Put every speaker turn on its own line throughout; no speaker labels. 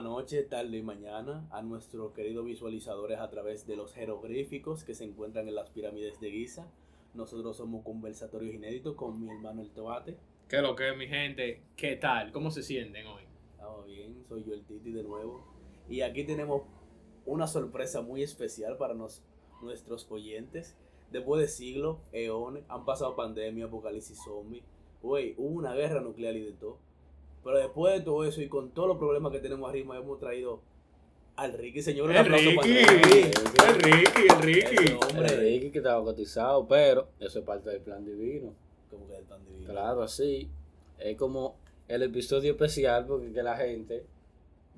noche, tarde y mañana a nuestros queridos visualizadores a través de los jeroglíficos que se encuentran en las pirámides de Giza. Nosotros somos conversatorios inéditos con mi hermano El Tobate.
¿Qué lo que es, mi gente? ¿Qué tal? ¿Cómo se sienten hoy?
Estamos bien, soy yo el Titi de nuevo. Y aquí tenemos una sorpresa muy especial para nos- nuestros oyentes. Después de siglos, eones, han pasado pandemia, apocalipsis zombie. Güey, hubo una guerra nuclear y de todo. Pero después de todo eso y con todos los problemas que tenemos arriba, hemos traído al Ricky, señor. Un
El
aplauso para
Ricky,
él.
el Ricky, el
Ese
Ricky.
Hombre,
hombre,
Ricky que estaba cotizado, pero eso es parte del plan divino.
como que tan divino.
Claro, así. Es como el episodio especial porque que la gente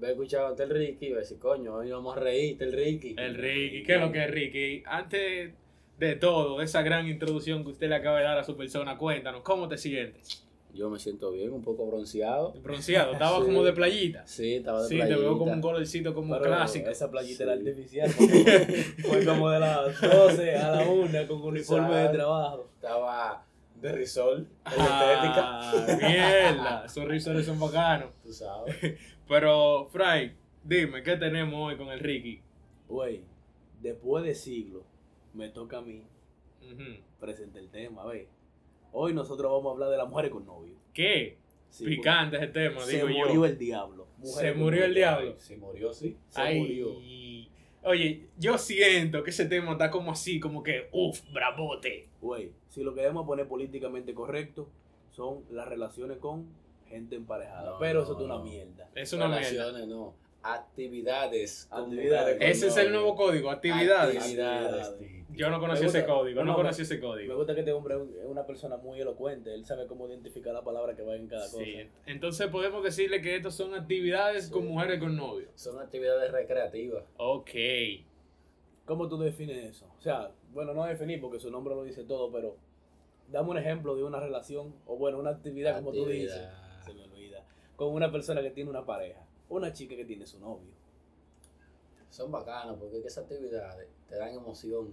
va a escuchar a el Ricky y va a decir, coño, hoy vamos a reír, el Ricky.
El Ricky, ¿qué es lo que es Ricky? Antes de todo, de esa gran introducción que usted le acaba de dar a su persona, cuéntanos, ¿cómo te sientes?
Yo me siento bien, un poco bronceado.
Bronceado, estaba
Sí.
como de playita.
Sí, estaba de
Sí, te veo como un
playita.
colorcito como
Pero
clásico.
Esa playita
Sí.
era artificial. porque Fue como de las 12 a la 1
Ah,
con uniforme de
Exacto.
trabajo.
Estaba de risol, en la
Ah, mierda, esos risores son bacanos.
estética, tú sabes.
Pero, Fry, dime, ¿qué tenemos hoy con el Ricky?
Güey, después de siglos, me toca a mí
Ujú.
presentar el tema. Ve, hoy nosotros vamos a hablar de las mujeres con novio.
¿Qué?
Sí,
Picante ese tema,
porque Se
digo yo.
murió el diablo. Mujeres
Se
con
murió el
novio.
diablo.
Se murió, sí.
Se
Ay,
murió.
Oye, yo siento que ese tema está como así, como que, uff, bravote.
Güey, si lo queremos poner políticamente correcto, son las relaciones con gente emparejada.
No,
Pero
no,
eso es una
no.
mierda.
Es una mierda.
Relaciones, no. Actividades. con
Actividades.
mujeres con
Ese es el
novio.
nuevo código, actividades.
Actividades.
Yo no conocí
Me gusta-
ese código,
no,
no
no,
conocí ese
Me
código.
gusta que este hombre es un- es una persona muy elocuente. Él sabe cómo identificar la palabra que va en cada cosa.
Sí, entonces podemos decirle que estos son actividades con
Sí.
mujeres con novio.
Son actividades recreativas.
Ok.
¿Cómo tú defines eso? O sea, bueno, no definir porque su nombre lo dice todo, pero dame un ejemplo de una relación o, bueno, una actividad, como tú dices.
Actividad.
Se me olvida. Con una persona que tiene una pareja. Una chica que tiene su novio.
Son bacanas porque es que esas actividades te dan emoción.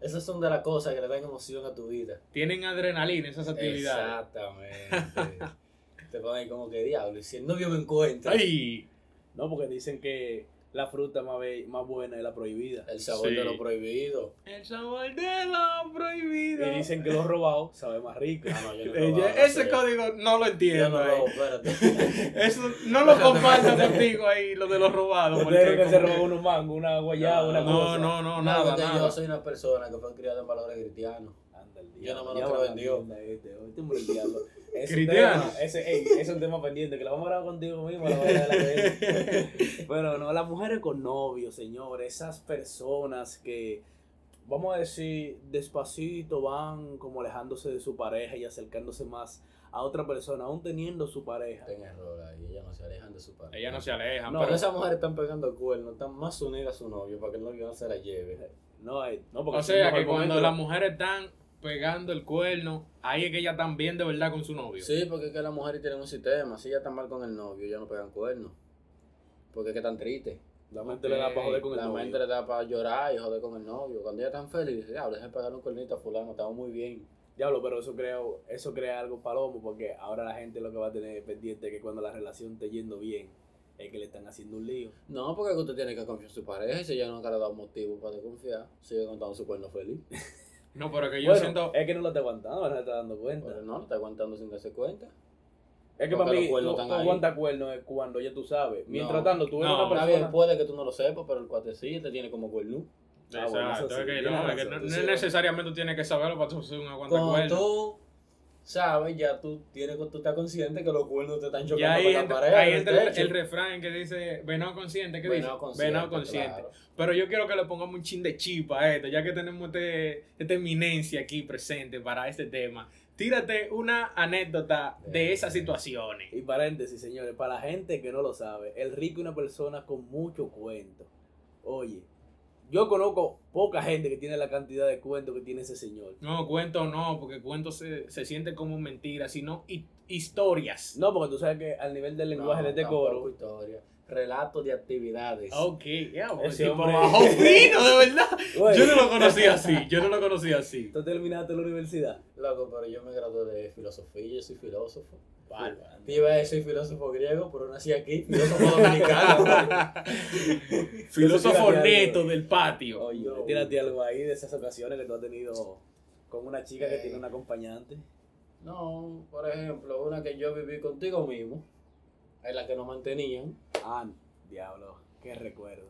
Esas son de las cosas que le dan emoción a tu vida.
Tienen adrenalina esas actividades.
Exactamente. te ponen como que diablo. Y si el novio me encuentra,
¡Ay!
No, porque dicen que la fruta más, be- más buena es la prohibida.
el sabor
Sí.
de lo prohibido.
El sabor de lo prohibido.
Y dicen que lo robado sabe más rico.
Ah, no, yo no
Eh,
robo,
ya-
no
ese
sé.
código no lo
Yo
entiendo.
no robo,
eh.
espérate.
Eso no lo comparto contigo ahí, lo de los robados.
Ustedes creen
porque
que se
como-
robó unos mangos, una guayaba, una
No,
cosa.
no, no, nada,
porque Yo
nada.
soy una persona que fue criada en valores cristianos.
Anda el
Yo no me lo
ya
creo
va
en Dios.
la mierda Este, este hombre el diablo. Es un
Cristiano.
tema, ese, ey, es un tema pendiente que lo vamos a grabar contigo mismo. La verdad, la verdad. Pero no, las mujeres con novios, señores, esas personas que, vamos a decir, despacito van como alejándose de su pareja y acercándose más a otra persona, aún teniendo su pareja.
Ten error ahí. Ellas no se alejan de su padre.
Ella no se pues, aleja,
No,
Pero
pero
esas mujeres están pegando cuernos, están más unidas a su novio para que el novio no se la lleve.
No, hay, no porque
o
ese es el
sea que
mejor
cuando
momento.
las mujeres están pegando el cuerno, ahí es que ellas están bien de verdad con su novio.
Sí, porque es que las mujeres tienen un sistema. Si ellas están mal con el novio, ellas no pegan cuernos. Porque es que están tristes.
La mente le da para joder con el
la
novio.
mente le da para llorar y joder con el novio. Cuando ellas están felices, diablo, dejen pegarle un cuernito a fulano, estamos muy bien.
Diablo, pero eso crea, eso crea algo palomo, porque ahora la gente lo que va a tener pendiente es que cuando la relación esté yendo bien, es que le están haciendo un lío.
No, porque es que usted tiene que confiar en su pareja y si ella nunca le ha dado motivo para desconfiar, sigue contando su cuerno feliz.
No, pero que yo
Bueno,
siento.
es que no lo está aguantando, no se está dando cuenta.
Pero no, lo está aguantando sin darse cuenta.
es que
porque
para
los
mí, tú,
cuernos
tú
están ahí.
aguantas cuernos es cuando ya tú sabes. Mientras
No.
tanto, tú eres
No,
una
Está bien,
persona...
puede que tú no lo sepas, pero el cuate sí te tiene como cuerno.
Ah, bueno, eso
Exacto,
sí,
es que
tienes
no, es que
razón,
no-
tú
no
sí.
necesariamente tú tienes que saberlo para tú hacer un
Cuando
aguantacuerno.
tú sabes, ya tú, tienes, tú estás consciente que los cuernos te están
Y
chocando
ahí
con la
entra,
pareja.
ahí
en
entra el,
techo.
el refrán que dice venado consciente, ¿qué
Venado
dice?
consciente,
venado consciente.
claro.
Pero yo quiero que le pongamos un chin de chipa a esto, ya que tenemos este, esta eminencia aquí presente para este tema. Tírate una anécdota de esas situaciones.
Y paréntesis, señores, para la gente que no lo sabe, el rico es una persona con mucho cuento. Oye, yo conozco poca gente que tiene la cantidad de cuento que tiene ese señor.
No, cuento no, porque cuento se, se siente como mentira, sino hi- historias.
No, porque tú sabes que al nivel del lenguaje
No,
de este
tampoco
coro,
historia. relatos de actividades.
Ok, ya, porque
Ese
tipo
hombre-
bajó fino, de verdad.
Güey,
Yo no lo conocí así, yo no lo conocí así.
¿Tú terminaste la universidad?
Loco, pero yo me gradué de filosofía, yo soy filósofo.
Bárbaro.
Te iba a decir filósofo griego, pero nací aquí, filósofo dominicano.
Filósofo
Eso sí,
neto del patio.
Oye,
No.
tírate algo ahí de esas ocasiones que tú has tenido con una chica que
Eh.
tiene un acompañante.
no, por ejemplo, una que yo viví contigo mismo, es la que nos mantenían,
Ah, diablo, qué recuerdos.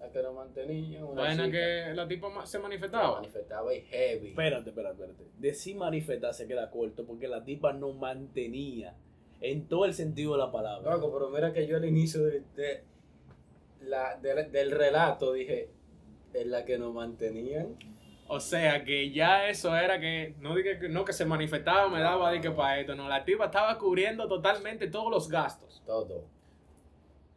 la que nos mantenían,
Oh,
una
Buena
chica
que la tipa ma- se
que
manifestaba.
manifestaba y heavy.
Espérate, espérate, espérate. Decir manifestar se queda corto porque la tipa no mantenía en todo el sentido de la palabra.
Loco, pero mira que yo al inicio de, de la, del- del relato dije, es la que nos mantenían.
O sea que ya eso era que no dije que no que se manifestaba, me daba de que para esto, no, la tipa estaba cubriendo totalmente todos los gastos.
Todo.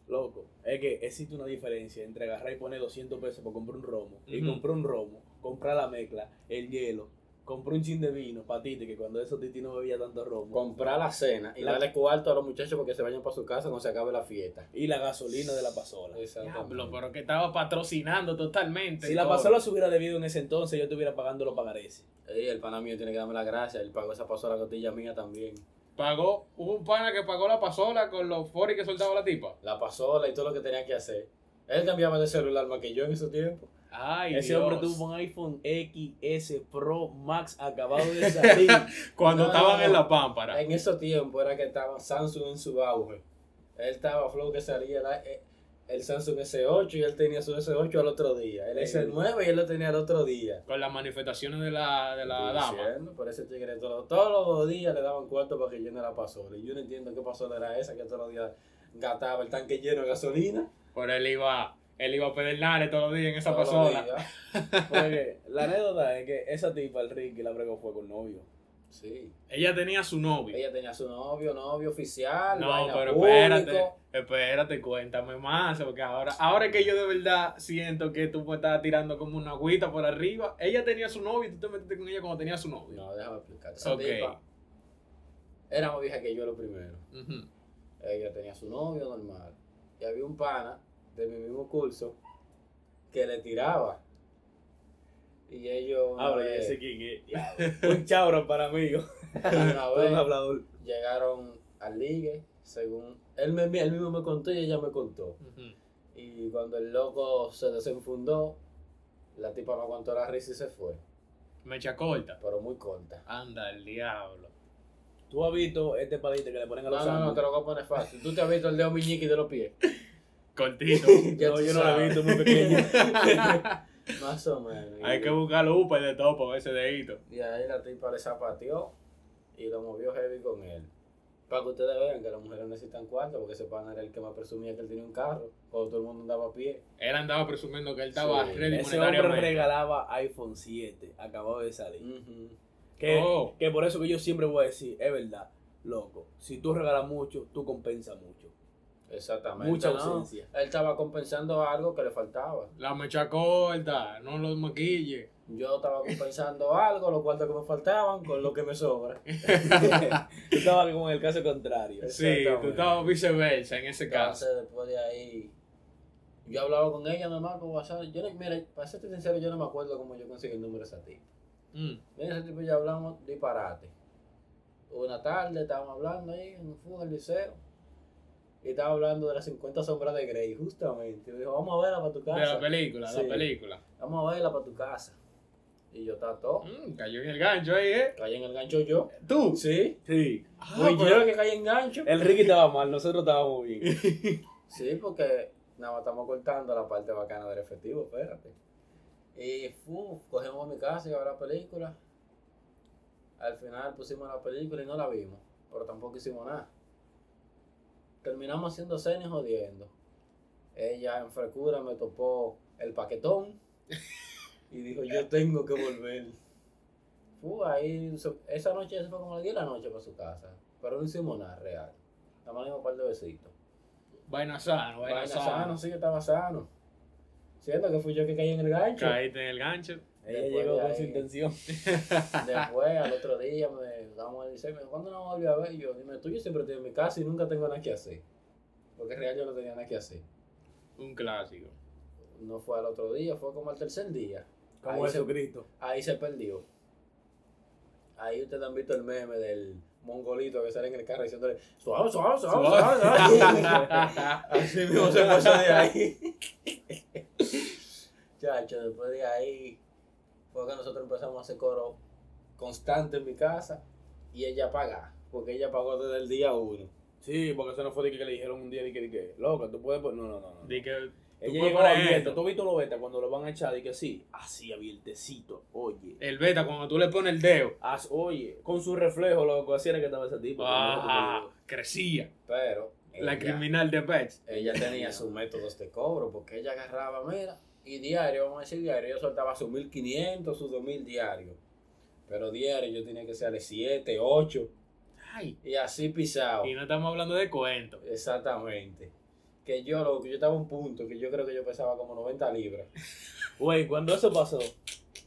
Loco, es que existe una diferencia entre agarrar y poner 200 pesos para comprar un romo y
Ujú.
comprar un romo, comprar la mezcla, el hielo, comprar un chin de vino para Titi, que cuando eso Titi no bebía tanto romo,
Comprar la cena y
La-
darle cuarto a los muchachos porque se vayan para su casa cuando se acabe la fiesta.
y la gasolina de la pasola.
Diablo, pero que estaba patrocinando totalmente.
Si la
todo.
pasola se hubiera debido en ese entonces, yo estuviera pagando los pagarés.
Ey, el pana mío tiene que darme la gracia. Él pagó esa pasola cotilla mía también.
Pagó, hubo un pana que pagó la pasola con los foris que soltaba la tipa.
La pasola y todo lo que tenía que hacer. Él cambiaba de celular más que yo en ese tiempo.
Ay,
Ese
Dios.
hombre tuvo un iPhone XS Pro Max acabado de salir.
Cuando
No,
estaban
no, no.
en la pámpara.
En ese tiempo era que estaba Samsung en su auge. Él estaba flow que salía la- eh, el Samsung S8 y él tenía su S8 al otro día. El
Ey.
S9 y él lo tenía al otro día.
Con las manifestaciones de la, de la
Estoy
dama.
diciendo, Por ese tigre todo- todos los días le daban cuarto para que llene la pasola. Y yo no entiendo qué pasola era esa que todos los días gastaba el tanque lleno de gasolina.
Pero él iba, él iba a pedernales todos los días en esa
todos los
pasola.
días.
Porque la anécdota es que esa tipa, el Ricky, la bregó fue con novio.
Sí.
Ella tenía su novio.
Ella tenía su novio, novio oficial.
No,
vaina
pero
público.
espérate, espérate, cuéntame más, porque ahora, ahora es que yo de verdad siento que tú me estabas tirando como una agüita por arriba, ella tenía su novio y tú te metiste con ella cuando tenía su novio.
No, déjame explicarte. Esa
Ok.
tipa era más vieja que yo lo primero.
Ujú.
Ella tenía su novio normal. Y había un pana de mi mismo curso que le tiraba. Y ellos una
Ahora ya
vez-
sé quién es. Un chabro para amigos.
una
Un
vez
hablador.
llegaron al ligue, según él, me, él mismo me contó y ella me contó.
Ujú.
Y cuando el loco se desenfundó, la tipa no aguantó la risa y se fue,
Mecha corta.
pero muy corta.
Anda el diablo.
Tú has visto este palito que le ponen a
No,
los
no, no, te
sándwiches?
lo voy a poner fácil. Tú te has visto el dedo miñique de los pies.
Cortito.
Ya
No,
tú
yo no lo he
sabes.
visto, muy pequeño.
Más o menos.
Hay que buscar lupa y de todo para ver ese dedito.
Y ahí la tipa le zapateó y lo movió heavy con él. Para que ustedes vean que las mujeres necesitan cuarto, porque ese pana era el que más presumía que él tenía un carro, cuando todo el mundo andaba a pie.
Él andaba presumiendo que él estaba
Sí.
ready
Ese hombre
monetariamente.
regalaba iPhone 7, acabado de salir.
Ujú.
Que,
Oh.
que por eso que yo siempre voy a decir, es verdad, loco, si tú regalas mucho, tú compensas mucho.
Exactamente.
Mucha
¿no?
ausencia.
Él estaba compensando algo que le faltaba.
La mecha corta, no lo maquille.
Yo estaba compensando algo, los cuartos que me faltaban, con lo que me sobra.
tú estabas con el caso contrario.
Sí, tú estabas viceversa en ese caso.
Entonces, después de ahí, yo hablaba con ella normal por WhatsApp. Yo no, mira, para serte sincero, yo no me acuerdo cómo yo conseguí el número de esa tipa.
Mm.
Mira, ese tipo ya hablamos disparate. Una tarde estábamos hablando ahí en un fútbol, en el liceo. Y estaba hablando de las 50 sombras de Grey, justamente. Y me dijo, vamos a verla para tu
De la
casa.
película,
Sí.
la película.
Vamos a verla para tu casa. Y yo estaba todo.
Mm, cayó en el gancho ahí, ¿eh?
Caí en el gancho yo.
¿Tú?
Sí.
Sí.
Ah,
Fui
pero-
yo que caí en gancho.
El Ricky estaba mal, nosotros estábamos bien.
Sí, porque nada más estamos cortando la parte bacana del efectivo, espérate. Y fu, cogemos mi casa y a ver la película. Al final pusimos la película y no la vimos, pero tampoco hicimos nada. Terminamos haciendo cenas y jodiendo. Ella en frescura me topó el paquetón y dijo, yo tengo que volver. Fu, ahí, se- esa noche se fue como a las 10 de la noche para su casa, pero no hicimos nada real. Nada más le dimos un par de besitos.
Vaina sano, vaina,
Vaina
sano.
sano, sí, yo estaba sano. Siento que fui yo que caí en el gancho.
Caíste en el gancho.
Ella
Después
llegó
de
con
ahí.
su intención.
Después, al otro día, me damos el liceo y me dijo, ¿cuándo nos volvió a ver? Y yo, dime, tú, yo siempre estoy en mi casa y nunca tengo nada que hacer. Porque real yo lo tenía aquí así.
Un clásico.
No fue al otro día, fue como al tercer día.
Como
Ahí se-
Jesucristo.
Ahí se perdió. Ahí ustedes han visto el meme del mongolito que sale en el carro diciéndole suave, suave, suave, suave, suave". Así mismo se pasó de ahí. Chacho, después de ahí fue que nosotros empezamos a hacer coro constante en mi casa y ella paga, porque ella pagó desde el día uno.
Sí, porque eso no fue de que, que le dijeron un día de que, de que loca, tú puedes. pon-". No, no, no. no.
Di que
Ella
puedes
llegó
poner
abierta.
esto.
¿Tú viste lo beta cuando lo van a echar? Y que sí, así abiertecito. Oye.
el beta, cuando tú le pones el dedo,
As- oye, con su reflejo, loco, así era que estaba ese tipo.
ah, crecía.
Pero
La
ella-
criminal de Pets.
ella tenía sus métodos de cobro, porque ella agarraba, mira, y diario, vamos a decir diario, yo soltaba sus 1500, sus 2000 diarios. Pero diario yo tenía que ser de 7, 8,
Ay.
y así pisado.
Y no estamos hablando de cuentos.
Exactamente. Que yo, lo, yo estaba a un punto que yo creo que yo pesaba como 90 libras.
Güey, cuando eso pasó,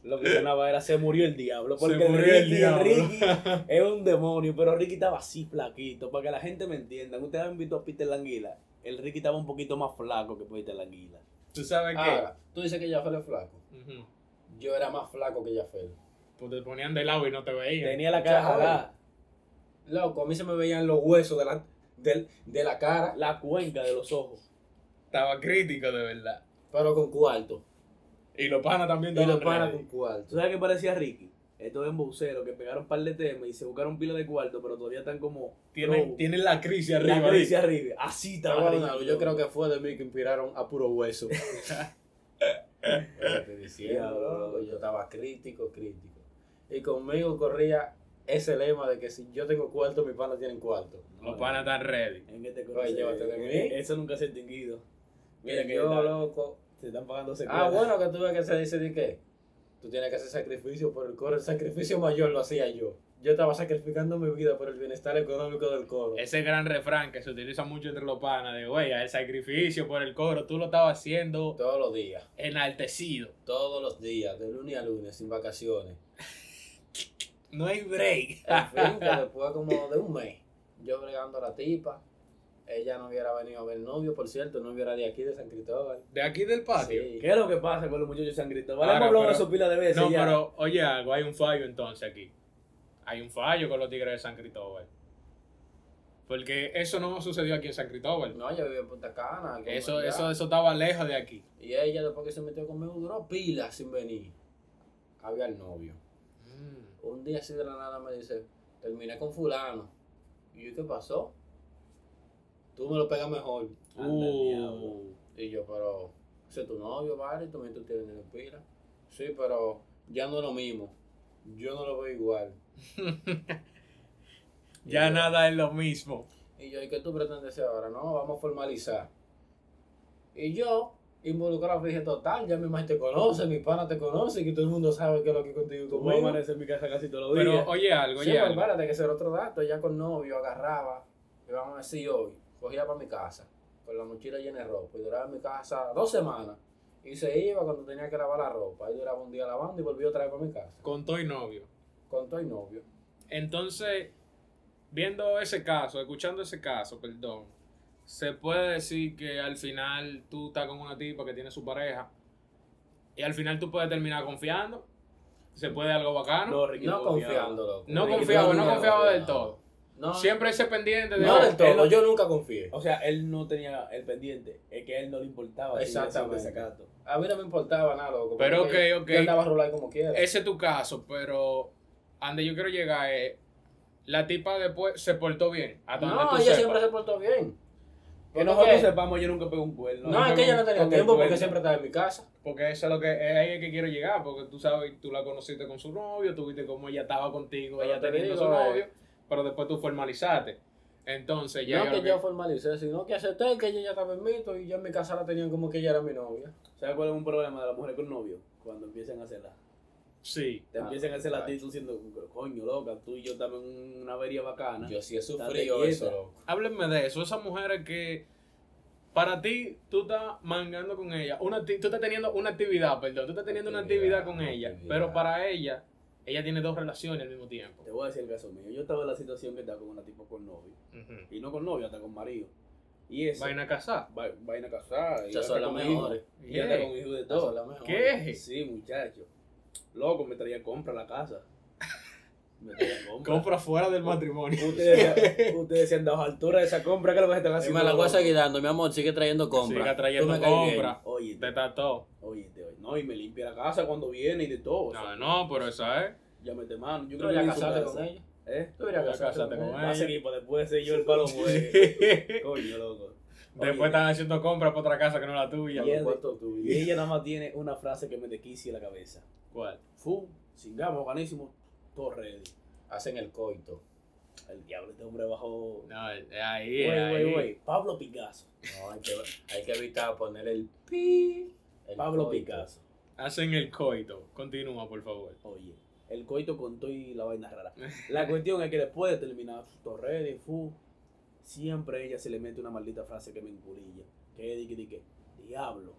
lo que sonaba era se murió el diablo. Porque
Se murió el
Ricky,
diablo.
Ricky es un demonio, pero Ricky estaba así flaquito. Para que la gente me entienda, ustedes han visto a Peter Languila. El Ricky estaba un poquito más flaco que Peter Languila.
¿Tú sabes qué?
Ahora, tú dices que Jafel es flaco.
Ujú.
Yo era más flaco que Jafel.
Pues te ponían de lado y no te veían.
Tenía la cara
Chaval.
jalada,
Loco, a mí se me veían los huesos de la, del- de la cara,
la cuenca de los ojos.
Estaba crítico, de verdad.
pero con cuarto.
Y los panas también
Y
estaban
los panas
ready.
con cuarto.
¿Tú sabes qué parecía Ricky? Estos embuceros que pegaron un par de temas y se buscaron pila de cuarto, pero todavía están como.
Tienen,
robo.
tienen la crisis
La
arriba.
crisis arriba. Así
Te
estaba
voy a
Ricky.
dar algo, Yo creo que fue de mí que inspiraron a puro hueso. Te diciendo,
Diablo,
loco,
loco.
yo estaba crítico, crítico. Y conmigo corría ese lema de que si yo tengo cuarto, mis panas tienen cuarto.
ahí. Los panas están ready.
En este
Oye, llévate de mí.
Eso nunca se ha extinguido. Mira
Y
que
yo,
está-
loco.
se están pagando secuelas.
Ah, bueno, que tuve que se dice de qué. Tú tienes que hacer sacrificio por el coro. El sacrificio mayor lo hacía yo. Yo estaba sacrificando mi vida por el bienestar económico del coro.
Ese gran refrán que se utiliza mucho entre los panas de, güey, el sacrificio por el coro, tú lo estabas haciendo
Todos los días.
enaltecido.
Todos los días, de lunes a lunes, sin vacaciones.
No hay break.
En fin, que después como de un mes, yo bregando a la tipa, ella no hubiera venido a ver novio, por cierto, no hubiera de aquí, de San Cristóbal.
De aquí del patio.
Sí.
¿Qué es lo que pasa con los muchachos de San Cristóbal?
Ahora,
Hemos hablado de
pero-
eso pila de veces
No,
ya.
pero oye algo, hay un fallo entonces aquí. Hay un fallo con los Tigres de San Cristóbal. Porque eso no sucedió aquí en San Cristóbal.
No, ella vivía en Punta Cana. como
Eso,
allá.
eso, eso estaba lejos de aquí.
Y ella, después que se metió conmigo, duró pilas sin venir. Había el novio. Un día así de la nada me dice, terminé con fulano. Y yo, ¿qué pasó? Tú me lo pegas mejor.
Anda,
Uh.
diablo.
Y yo, pero, ese es tu novio, vale, también tú tienes dinero pila. Sí, pero ya no es lo mismo. Yo no lo veo igual.
Ya
Y yo,
nada es lo mismo.
Y yo, ¿y qué tú pretendes hacer ahora? No, vamos a formalizar. Y yo, involucrado, dije, total, ya mi mamá te conoce, mi pana te conoce, que todo el mundo sabe qué es lo que contigo y
Tú vas a
conmigo.
amanecer en mi casa casi todos los días.
Pero oye algo,
Sí,
oye
pero
algo.
espérate, que ese era otro dato. Ella con novio agarraba, y vamos a decir hoy, cogía para mi casa, con la mochila llena de ropa, y duraba en mi casa dos semanas. Y se iba cuando tenía que lavar la ropa, y duraba un día lavando y volvió otra vez para mi casa.
Con todo y novio.
Con todo y novio.
Entonces, viendo ese caso, escuchando ese caso, perdón, se puede decir que al final tú estás con una tipa que tiene su pareja y al final tú puedes terminar confiando. Se puede algo bacano.
no, Ricky,
No confiando, loco.
No
Ricky,
confiaba,
yo
no
nunca
confiaba del
confiaba.
todo.
No,
Siempre ese pendiente de.
no
de-
del todo,
él no-
yo nunca confié.
O sea, él no tenía el pendiente. Es que a él no le importaba. si iba a ser un
Exactamente.
desacato.
A mí no me importaba nada, loco.
Pero ok, Eh,
porque
ok.
Yo andaba a rolar como quiera.
Ese es tu caso, pero. Ande, yo quiero llegar. eh, la tipa después se portó bien. Hasta
no,
donde tú
ella
sepas.
siempre se portó bien.
Que
Porque
nosotros
que-
sepamos, yo nunca pegué un cuerno.
No, es que ella no tenía
Con el
tiempo porque
cuerno.
siempre estaba en mi casa.
Porque eso es lo que es ahí es que quiero llegar, porque tú sabes, tú la conociste con su novio, tú viste cómo ella estaba contigo,
Pero
ella
te
teniendo
digo,
su
eh.
novio, pero después tú formalizaste. Entonces ya
no
yo
que
lo
yo formalicé, sino que acepté que ella ya estaba en mito y yo en mi casa la tenían como que ella era mi novia.
¿Sabes cuál es un problema de las mujeres con novio? Cuando empiezan a hacerla.
sí.
Te
Ah,
empiezan a hacer la
claro.
actitud diciendo, coño, loca, tú y yo estamos en una avería bacana.
Yo sí he
Date
sufrido
quieta.
eso, loco.
Háblenme de eso, esas mujeres que para ti tú estás mangando con ella, una acti- tú estás teniendo una actividad, perdón, tú estás teniendo una
Actividad,
actividad con ella,
actividad.
pero para ella ella tiene dos relaciones al mismo tiempo.
Te voy a decir el caso mío. Yo estaba en la situación que estaba con una tipo con novio.
Ujú.
Y no con novio, hasta con marido. Y eso.
Vaina casada.
va- vaina casada. y
Ya son
anda
las
con hijos,
mejores.
Y anda con hijos de
Ya son
todo.
las mejores.
¿Qué?
Sí, muchacho. Loco, me traía compra a la casa. Me traía compra.
Compra fuera del matrimonio.
Ustedes, ustedes se han dado altura de esa compra, que lo que están
Si
haciendo.
me la voy a
loco?
seguir dando, mi amor, sigue trayendo compra.
Siga
Tú
trayendo
me caes bien.
compra.
Oye,
Te tató.
oye, no, y me limpia la casa cuando viene y de todo. o sea,
No, no, pero esa es.
Ya mete mano. Yo
Tú
creo que
deberías
en su
casarte
casa-
con ella.
¿Eh?
Tú deberías
Ya
casarte
cásate
con
con
ella.
ella.
Va a seguir, pues después de ser yo el palo muerto.
Después
Coño, loco.
están haciendo compras para otra casa que no es la tuya.
Y es de-
¿Cuánto tú
Y ella nada más tiene una frase que me desquicia la cabeza.
¿Cuál?
Fu, singamos, ganísimo, todo ready.
Hacen el coito.
El diablo, este hombre bajó.
No, ahí,
Wey,
ahí.
wey, wey. Pablo Picasso.
No, hay que, hay que evitar poner el pi. el
Pablo
coito.
Picasso.
Hacen el coito. Continúa, por favor.
Oye, el coito contó y la vaina rara. La cuestión es que después de terminar todo ready, fu, siempre a ella se le mete una maldita frase que me enculilla. Que di que di que, diablo,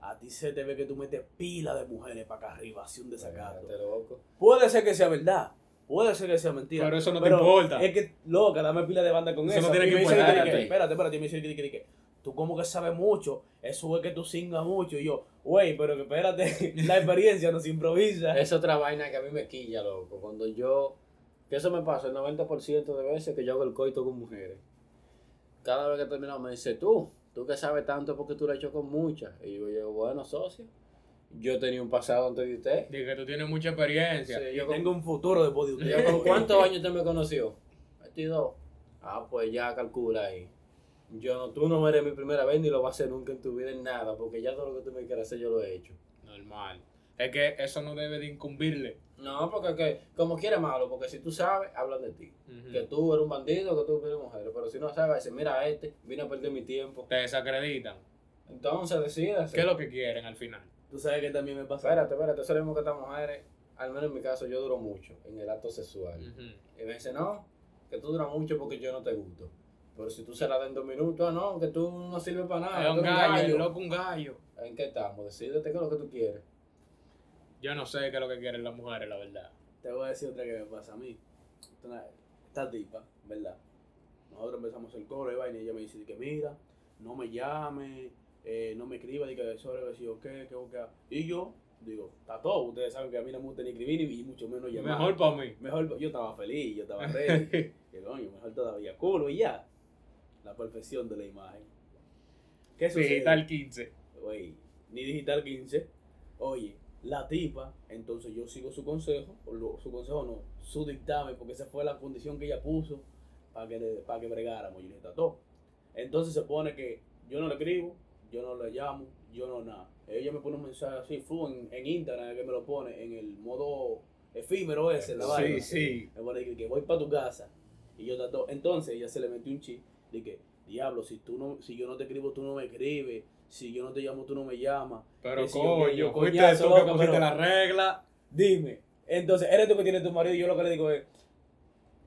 a ti se te ve que tú metes pila de mujeres para acá arriba, así un desacato.
Cállate, Este loco.
Puede ser que sea verdad. Puede ser que sea mentira.
Pero eso no te importa.
Es que, loca, dame pila de banda con
Eso
eso.
no tiene
Y me
que
dice
importarte.
que, que, Espérate, espérate. y Me dice que, que, que, tú como que sabes mucho. Eso es que tú singas mucho. Y yo, wey, pero que espérate. La experiencia nos improvisa.
Es otra vaina que a mí me quilla, loco. Cuando yo. Que eso me pasa el 90% de veces que yo hago el coito con mujeres. Cada vez que terminamos me dice, tú, tú que sabes tanto porque tú lo has hecho con muchas. Y yo, yo, bueno, socio, yo tenía un pasado antes de usted.
Dije que tú tienes mucha experiencia.
Sí,
Yo
yo, con,
tengo un futuro después de
yo
usted.
con cuántos años usted me conoció? 22. Ah, pues ya calcula ahí. Yo no, tú no eres mi primera vez ni lo vas a hacer nunca en tu vida en nada, porque ya todo lo que tú me quieras hacer yo lo he hecho.
Normal. Es que eso no debe de incumbirle.
No, porque que, como quiera malo, porque si tú sabes, hablan de ti. que
Mm.
tú eres un bandido, que tú eres mujer. Pero si no sabes, dice, mira, este vino a perder mi tiempo.
Te desacreditan.
Entonces, decidas.
¿Qué es lo que quieren al final?
Tú sabes que también me pasa.
Espérate, espérate, eso es lo mismo que estas mujeres. Al menos en mi caso, yo duro mucho en el acto sexual.
Ujú.
Y me dice, no, que tú duras mucho porque yo no te gusto. Pero si tú se la das en dos minutos, ah, no, que tú no sirves para nada.
Es
tú
un
eres
gallo, el loco un gallo.
¿En qué estamos? Decídete qué es lo que tú quieres.
Yo no sé qué es lo que quieren las mujeres, la verdad.
Te voy a decir otra que me pasa a mí. Una- Esta tipa, ¿verdad? Nosotros empezamos el coro y vaina y ella me dice de que mira, no me llame, eh, no me escriba, de que sobre que si o qué, que o qué. Y yo digo, está todo, ustedes saben que a mí no me gusta ni escribir ni, y mucho menos llamar.
Mejor para mí.
Mejor, yo estaba feliz, yo estaba ready. que coño, mejor todavía, culo y ya. La perfección de la imagen. ¿Qué sucede?
Digital 15.
Güey, ni Digital 15. Oye, la tipa, entonces yo sigo su consejo, o lo- su consejo no, su dictamen, porque esa fue la condición que ella puso para que, le- para que bregáramos. Yo le trató. Entonces se pone que yo no le escribo, yo no le llamo, yo no nada. Ella me pone un mensaje así, flu, en, en Instagram, que me lo pone en el modo efímero ese, la vaina.
Sí, sí.
Me pone que, que voy para tu casa. Y yo trató. Entonces ella se le metió un chip de que, diablo, si tú no, si yo no te escribo, tú no me escribes. Si yo no te llamo, tú no me llamas.
Pero
Que sí, ok,
coño,
yo
fuiste
coñazo,
tú que pues,
loco,
pusiste
pero-
la regla.
Dime. Entonces, eres tú que tienes tu marido. Y yo lo que le digo es,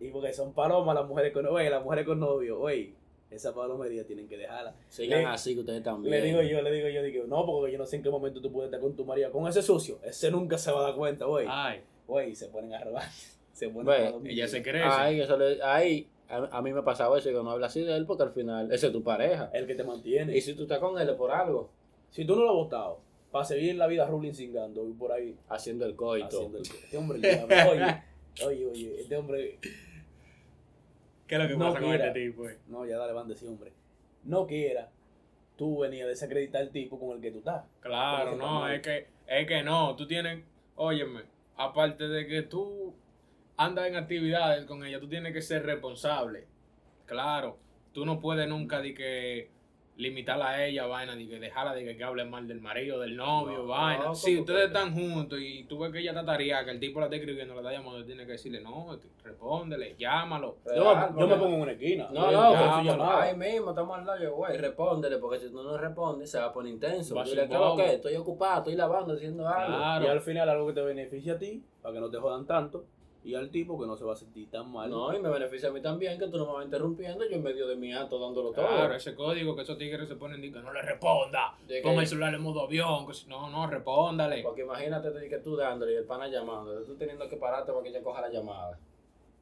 y porque son palomas las mujeres con, oye, las mujeres con novio, oye, esa palomería tienen que dejarla.
Sigan
Le-
así que ustedes también.
Le digo yo, le digo yo, digo, no, porque yo no sé en qué momento tú puedes estar con tu marido. Con ese sucio, ese nunca se va a dar cuenta, güey.
Ay,
Güey, se ponen a robar. Se ponen
Güey,
a robar.
Ah. ella se crece.
Ay, eso le- ay, a, a mí me pasaba eso, que no habla así de él porque al final, ese es tu pareja.
El que te mantiene.
Y si tú estás con él es por algo,
Si tú no lo has votado, para seguir la vida ruling singando y por ahí
haciendo el coito.
haciendo el- Este hombre, ya, oye, oye, oye, este hombre.
¿Qué es lo que
No
pasa con
quiera.
este tipo? eh?
No, ya dale, banda ese hombre. No quiera tú venir a desacreditar al tipo con el que tú estás.
Claro,
Pero eso
no,
está
es que, es que no. Tú tienes, óyeme, aparte de que tú andas en actividades con ella, tú tienes que ser responsable. Claro, tú no puedes nunca de que limitarla a ella, vaina, de que dejarla de que, que hable mal del marido, del novio,
No,
vaina.
¿cómo
Si ustedes
que?
están juntos y tú ves que ella está tarea, que el tipo la está escribiendo, la está llamando, tienes que decirle, no, este, respóndele, llámalo.
Yo,
Real,
me- yo me
porque-
pongo en una esquina. Yo
No, no,
encajo
no,
su
no,
llamada.
ahí mismo estamos al lado, yo, güey, respóndele, porque si tú no respondes se va a poner intenso.
Va a
Dile,
ser
¿qué es lo
bobo.
que? Estoy ocupado, estoy lavando, haciendo algo.
Y
Claro.
al final algo que te beneficia a ti, para que no te jodan tanto, y al tipo que no se va a sentir tan mal.
No, y me beneficia a mí también, que tú no me vas interrumpiendo, yo en medio de mi acto dándolo todo.
Claro, ese código que esos tigres se ponen de que no le responda,
De que-
ponga el celular en modo avión, que si no, no, respóndale.
Porque imagínate te- que tú dándole y el pana llamando, tú teniendo que pararte para que ella coja la llamada.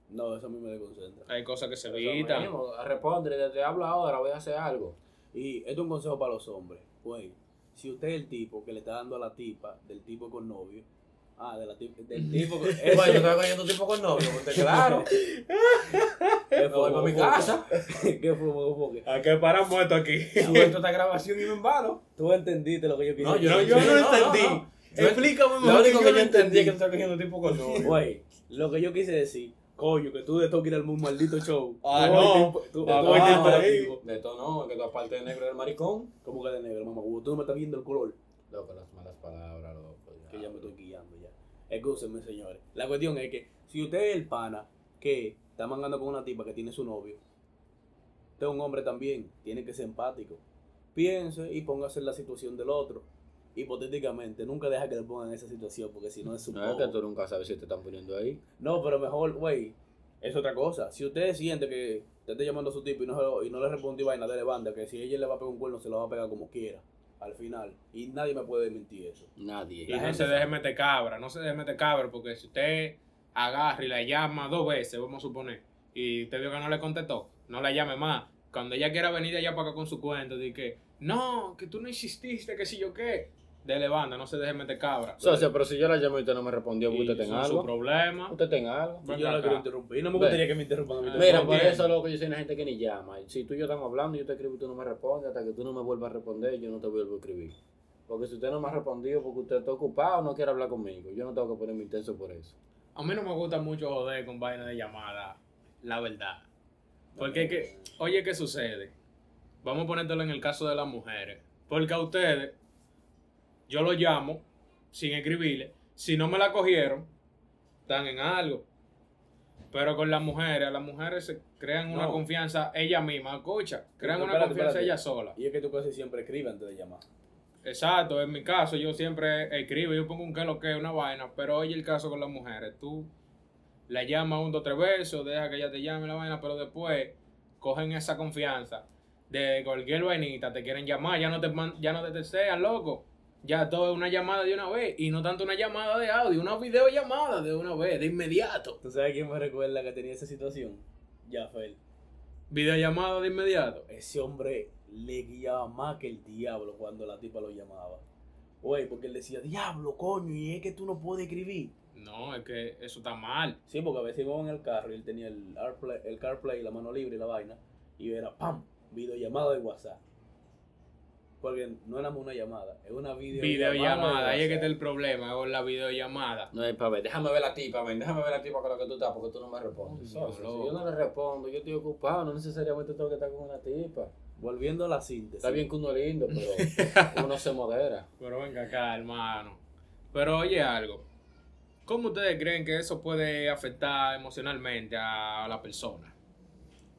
No, eso a mí me desconcentra.
Hay cosas que se
Eso
evitan.
mismo, a Responder, te hablo ahora, voy a hacer algo.
Y esto es un consejo para los hombres. Güey, si usted es el tipo que le está dando a la tipa del tipo con novio, ah, de la tip- del tipo con.
eh, Bueno, yo
Ese-
estaba cayendo un tipo con novio, porque claro,
que
me voy
fumó,
para mi
fumó.
casa.
que fumó, fumó, que-
¿A qué paramos esto aquí?
Subo esta grabación y me embalo.
Tú entendiste lo que yo quise
No, yo
No,
decir.
yo no
no, no,
entendí.
no. Yo-
Explícame
Lo
mejor
único que yo
no
entendí es que tú estás cogiendo un tipo con novio.
Güey, lo que yo quise decir, coño, que tú de toque ir al un maldito show.
Ah,
Tú
no.
hoy te imp- tú-
Ah,
tú hoy te
no,
imperativo.
De todo no, que tú aparte de negro eres maricón.
¿Cómo que de negro, mamá? huevo? Tú no me estás viendo el color.
Loco, las malas palabras, loco.
Que ya me estoy guiando ya. Excúsenme, señores. La cuestión es que si usted es el pana que está mangando con una tipa que tiene su novio, usted es un hombre también, tiene que ser empático. Piense y póngase en la situación del otro. Hipotéticamente, nunca deja que le pongan en esa situación porque si no es su
No, es
bobo.
que tú nunca sabes si te están poniendo ahí.
No, pero mejor, güey, es otra cosa. Si usted siente que te está llamando a su tipo y no, se lo- y no le respondió vaina, dele banda, que si ella le va a pegar un cuerno, se lo va a pegar como quiera, al final. Y nadie me puede mentir eso.
Nadie.
Y no se deje meter cabra, no se deje meter cabra, porque si usted agarra y la llama dos veces, vamos a suponer, y usted vio que no le contestó, no la llame más. Cuando ella quiera venir de allá para acá con su cuento, di que, no, que tú no insististe, que si yo qué, dele banda, no se deje meter cabra.
Socio, pero si yo la llamo y usted no me respondió,
Y
porque usted
su-
tenga
su
algo.
problema.
Usted tenga algo.
Y
Venga
yo no
acá.
quiero interrumpir, no me
Ve.
gustaría que me interrumpan a mí.
Ah.
tampoco.
Mira,
No
por
entiendo.
eso, loco, yo soy una gente que ni llama. Si tú y yo estamos hablando, yo te escribo y tú no me respondes, hasta que tú no me vuelvas a responder, yo no te vuelvo a escribir. Porque si usted no me ha respondido porque usted está ocupado, no quiere hablar conmigo. Yo no tengo que ponerme intenso por eso.
A mí no me gusta mucho joder con vaina de llamada, la verdad. Porque es que, oye, ¿qué sucede? Vamos a ponértelo en el caso de las mujeres. Porque a ustedes, yo lo llamo sin escribirle. Si no me la cogieron, están en algo. Pero con las mujeres, las mujeres se crean una
No.
confianza ellas mismas, escucha, crean
Pero
una
espérate,
confianza
espérate.
ellas solas.
Y es que tú casi siempre escribes antes de llamar.
Exacto, en mi caso yo siempre escribo, yo pongo un que lo que, una vaina, pero oye el caso con las mujeres, tú la llamas un, dos, tres veces, deja que ella te llame la vaina, pero después cogen esa confianza de cualquier vainita, te quieren llamar, ya no te man- ya no te tercean, loco, ya todo es una llamada de una vez, y no tanto una llamada de audio, una videollamada de una vez, de inmediato,
¿Tú sabes quién me recuerda que tenía esa situación? Jafel.
videollamada de inmediato.
Ese hombre le guiaba más que el diablo cuando la tipa lo llamaba. Güey, porque él decía, diablo, coño, y es que tú no puedes escribir.
No, es que eso está mal.
Sí, porque a veces iba en el carro y él tenía el CarPlay, el CarPlay la mano libre y la vaina. Y era ¡pam! Videollamada de WhatsApp. Porque no era una llamada, es una videollamada.
Videollamada,
de
ahí es que está
WhatsApp.
el problema, con la videollamada.
No es para ver, déjame ver la tipa, ven, déjame ver la tipa con la que tú estás, porque tú no me respondes.
Coño,
Socio,
loco.
si yo no le respondo, yo estoy ocupado, no necesariamente tengo que estar con una tipa.
Volviendo a la síntesis.
Está bien que uno es lindo, pero uno se modera.
Pero venga acá, hermano. Pero oye algo. ¿Cómo ustedes creen que eso puede afectar emocionalmente a la persona?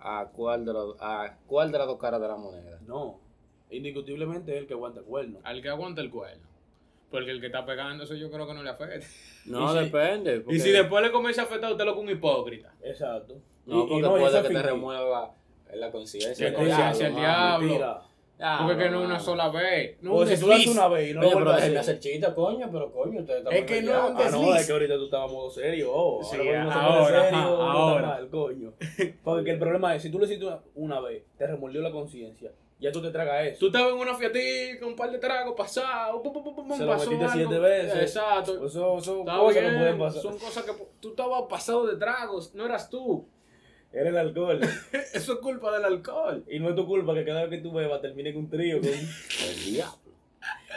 ¿A cuál de, los- a cuál de las dos caras de la moneda?
No, indiscutiblemente es el que aguanta cuerno.
Al que aguanta el cuerno. Porque el que está pegando eso yo creo que no le afecta.
No,
¿Y si-
depende.
Y si
porque-
después le comienza a afectar a usted lo que un hipócrita.
Exacto.
No,
Y- y
porque
no, y
puede
eso
que te
fingir.
remueva en la conciencia.
La
del
conciencia
diablo,
del
mano.
diablo.
Mentira.
Diablo,
Porque no es una
mano.
sola vez. No
o
es un
si tú lo haces
desliz.
una vez y no lo
Oye, pero
vuelves a
déjenme
hacer.
hacer chita, coño, pero coño, ustedes están
Es que
poniendo
no,
el diablo.
Ah, no,
desliz.
es que ahorita tú estabas modo serio. oh,
Sí,
ahora, cuando uno se
ahora,
pone serio,
ajá,
uno está
ahora.
mal, coño. Porque el problema es, si tú lo hiciste una, una vez, te remordió la conciencia, ya tú te tragas eso.
Tú estabas en una fiatica, un par de tragos pasado, pum, pum, pum, pum,
Se lo
pasó
metiste
algo.
siete veces.
Exacto.
Eso, eso
Está
cosas que
bien,
pueden pasar.
Son cosas que tú estabas pasado de tragos, no eras tú.
Era el alcohol.
Eso es culpa del alcohol.
y no es tu culpa que cada vez que tú bebas termine con un trío. Con...
El diablo.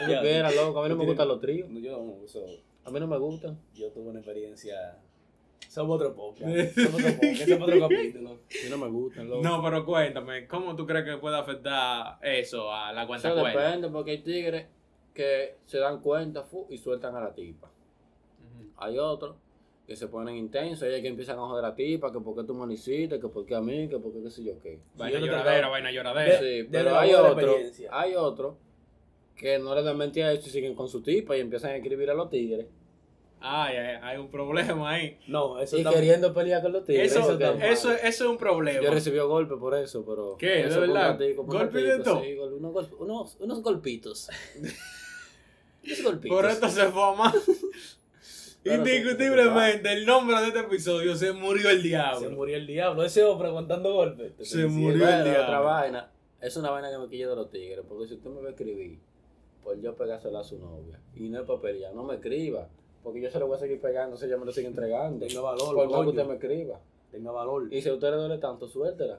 Ya.
Eso que era, loco, a mí no me
Tiene-
gustan los tríos.
No, yo, no, eso,
A mí no me gustan.
yo tuve una experiencia. Somos otro podcast. Somos otro podcast. Somos otro capítulo.
A mí no me gustan, loco.
No, pero cuéntame, ¿cómo tú crees que puede afectar eso a la cuenta
Eso
cuenta?
depende, porque hay tigres que se dan cuenta fu, y sueltan a la tipa. Hay otros que se ponen intensos y hay que empiezan a joder a la tipa, que por qué tú me lo hiciste, que por qué a mí, que por qué qué sé yo qué.
Vaina
yo no
lloradera,
trataba-
vaina
Ve-
lloradera.
De-
Sí,
desde
pero
la
hay
buena
otro,
experiencia.
hay otro que no le dan mentira a esto y siguen con su tipa y empiezan a escribir a los tigres.
Ay, ay, hay un problema ahí.
No, eso
Y
está-
queriendo pelear con los tigres.
Eso,
Eso que-
eso,
mal.
eso, es un problema.
yo recibí golpe por eso, pero.
¿Qué?
eso
¿De
fue un
verdad?
ratico, fue un
¿Golpe
ratico,
de todo?
sí, gol- unos, gol- unos, unos golpitos. unos golpitos.
Por esto se fue a más.
Claro,
Indiscutiblemente, el nombre de este episodio se murió el
Se
diablo.
murió el diablo. Ese hombre aguantando golpes. te estoy
Se
diciendo.
Sí,
murió el
bueno,
diablo.
otra vaina. Es una vaina que me quilla de los tigres, porque si usted me va a escribir, pues yo pegársela a su novia. Y no es papelilla, no me escriba, porque yo se lo voy a seguir pegando, si ella me lo sigue entregando.
Tenga valor,
Por más que
coño.
usted me escriba.
Tenga valor. Eh,
Y si a usted le duele tanto, suéltela,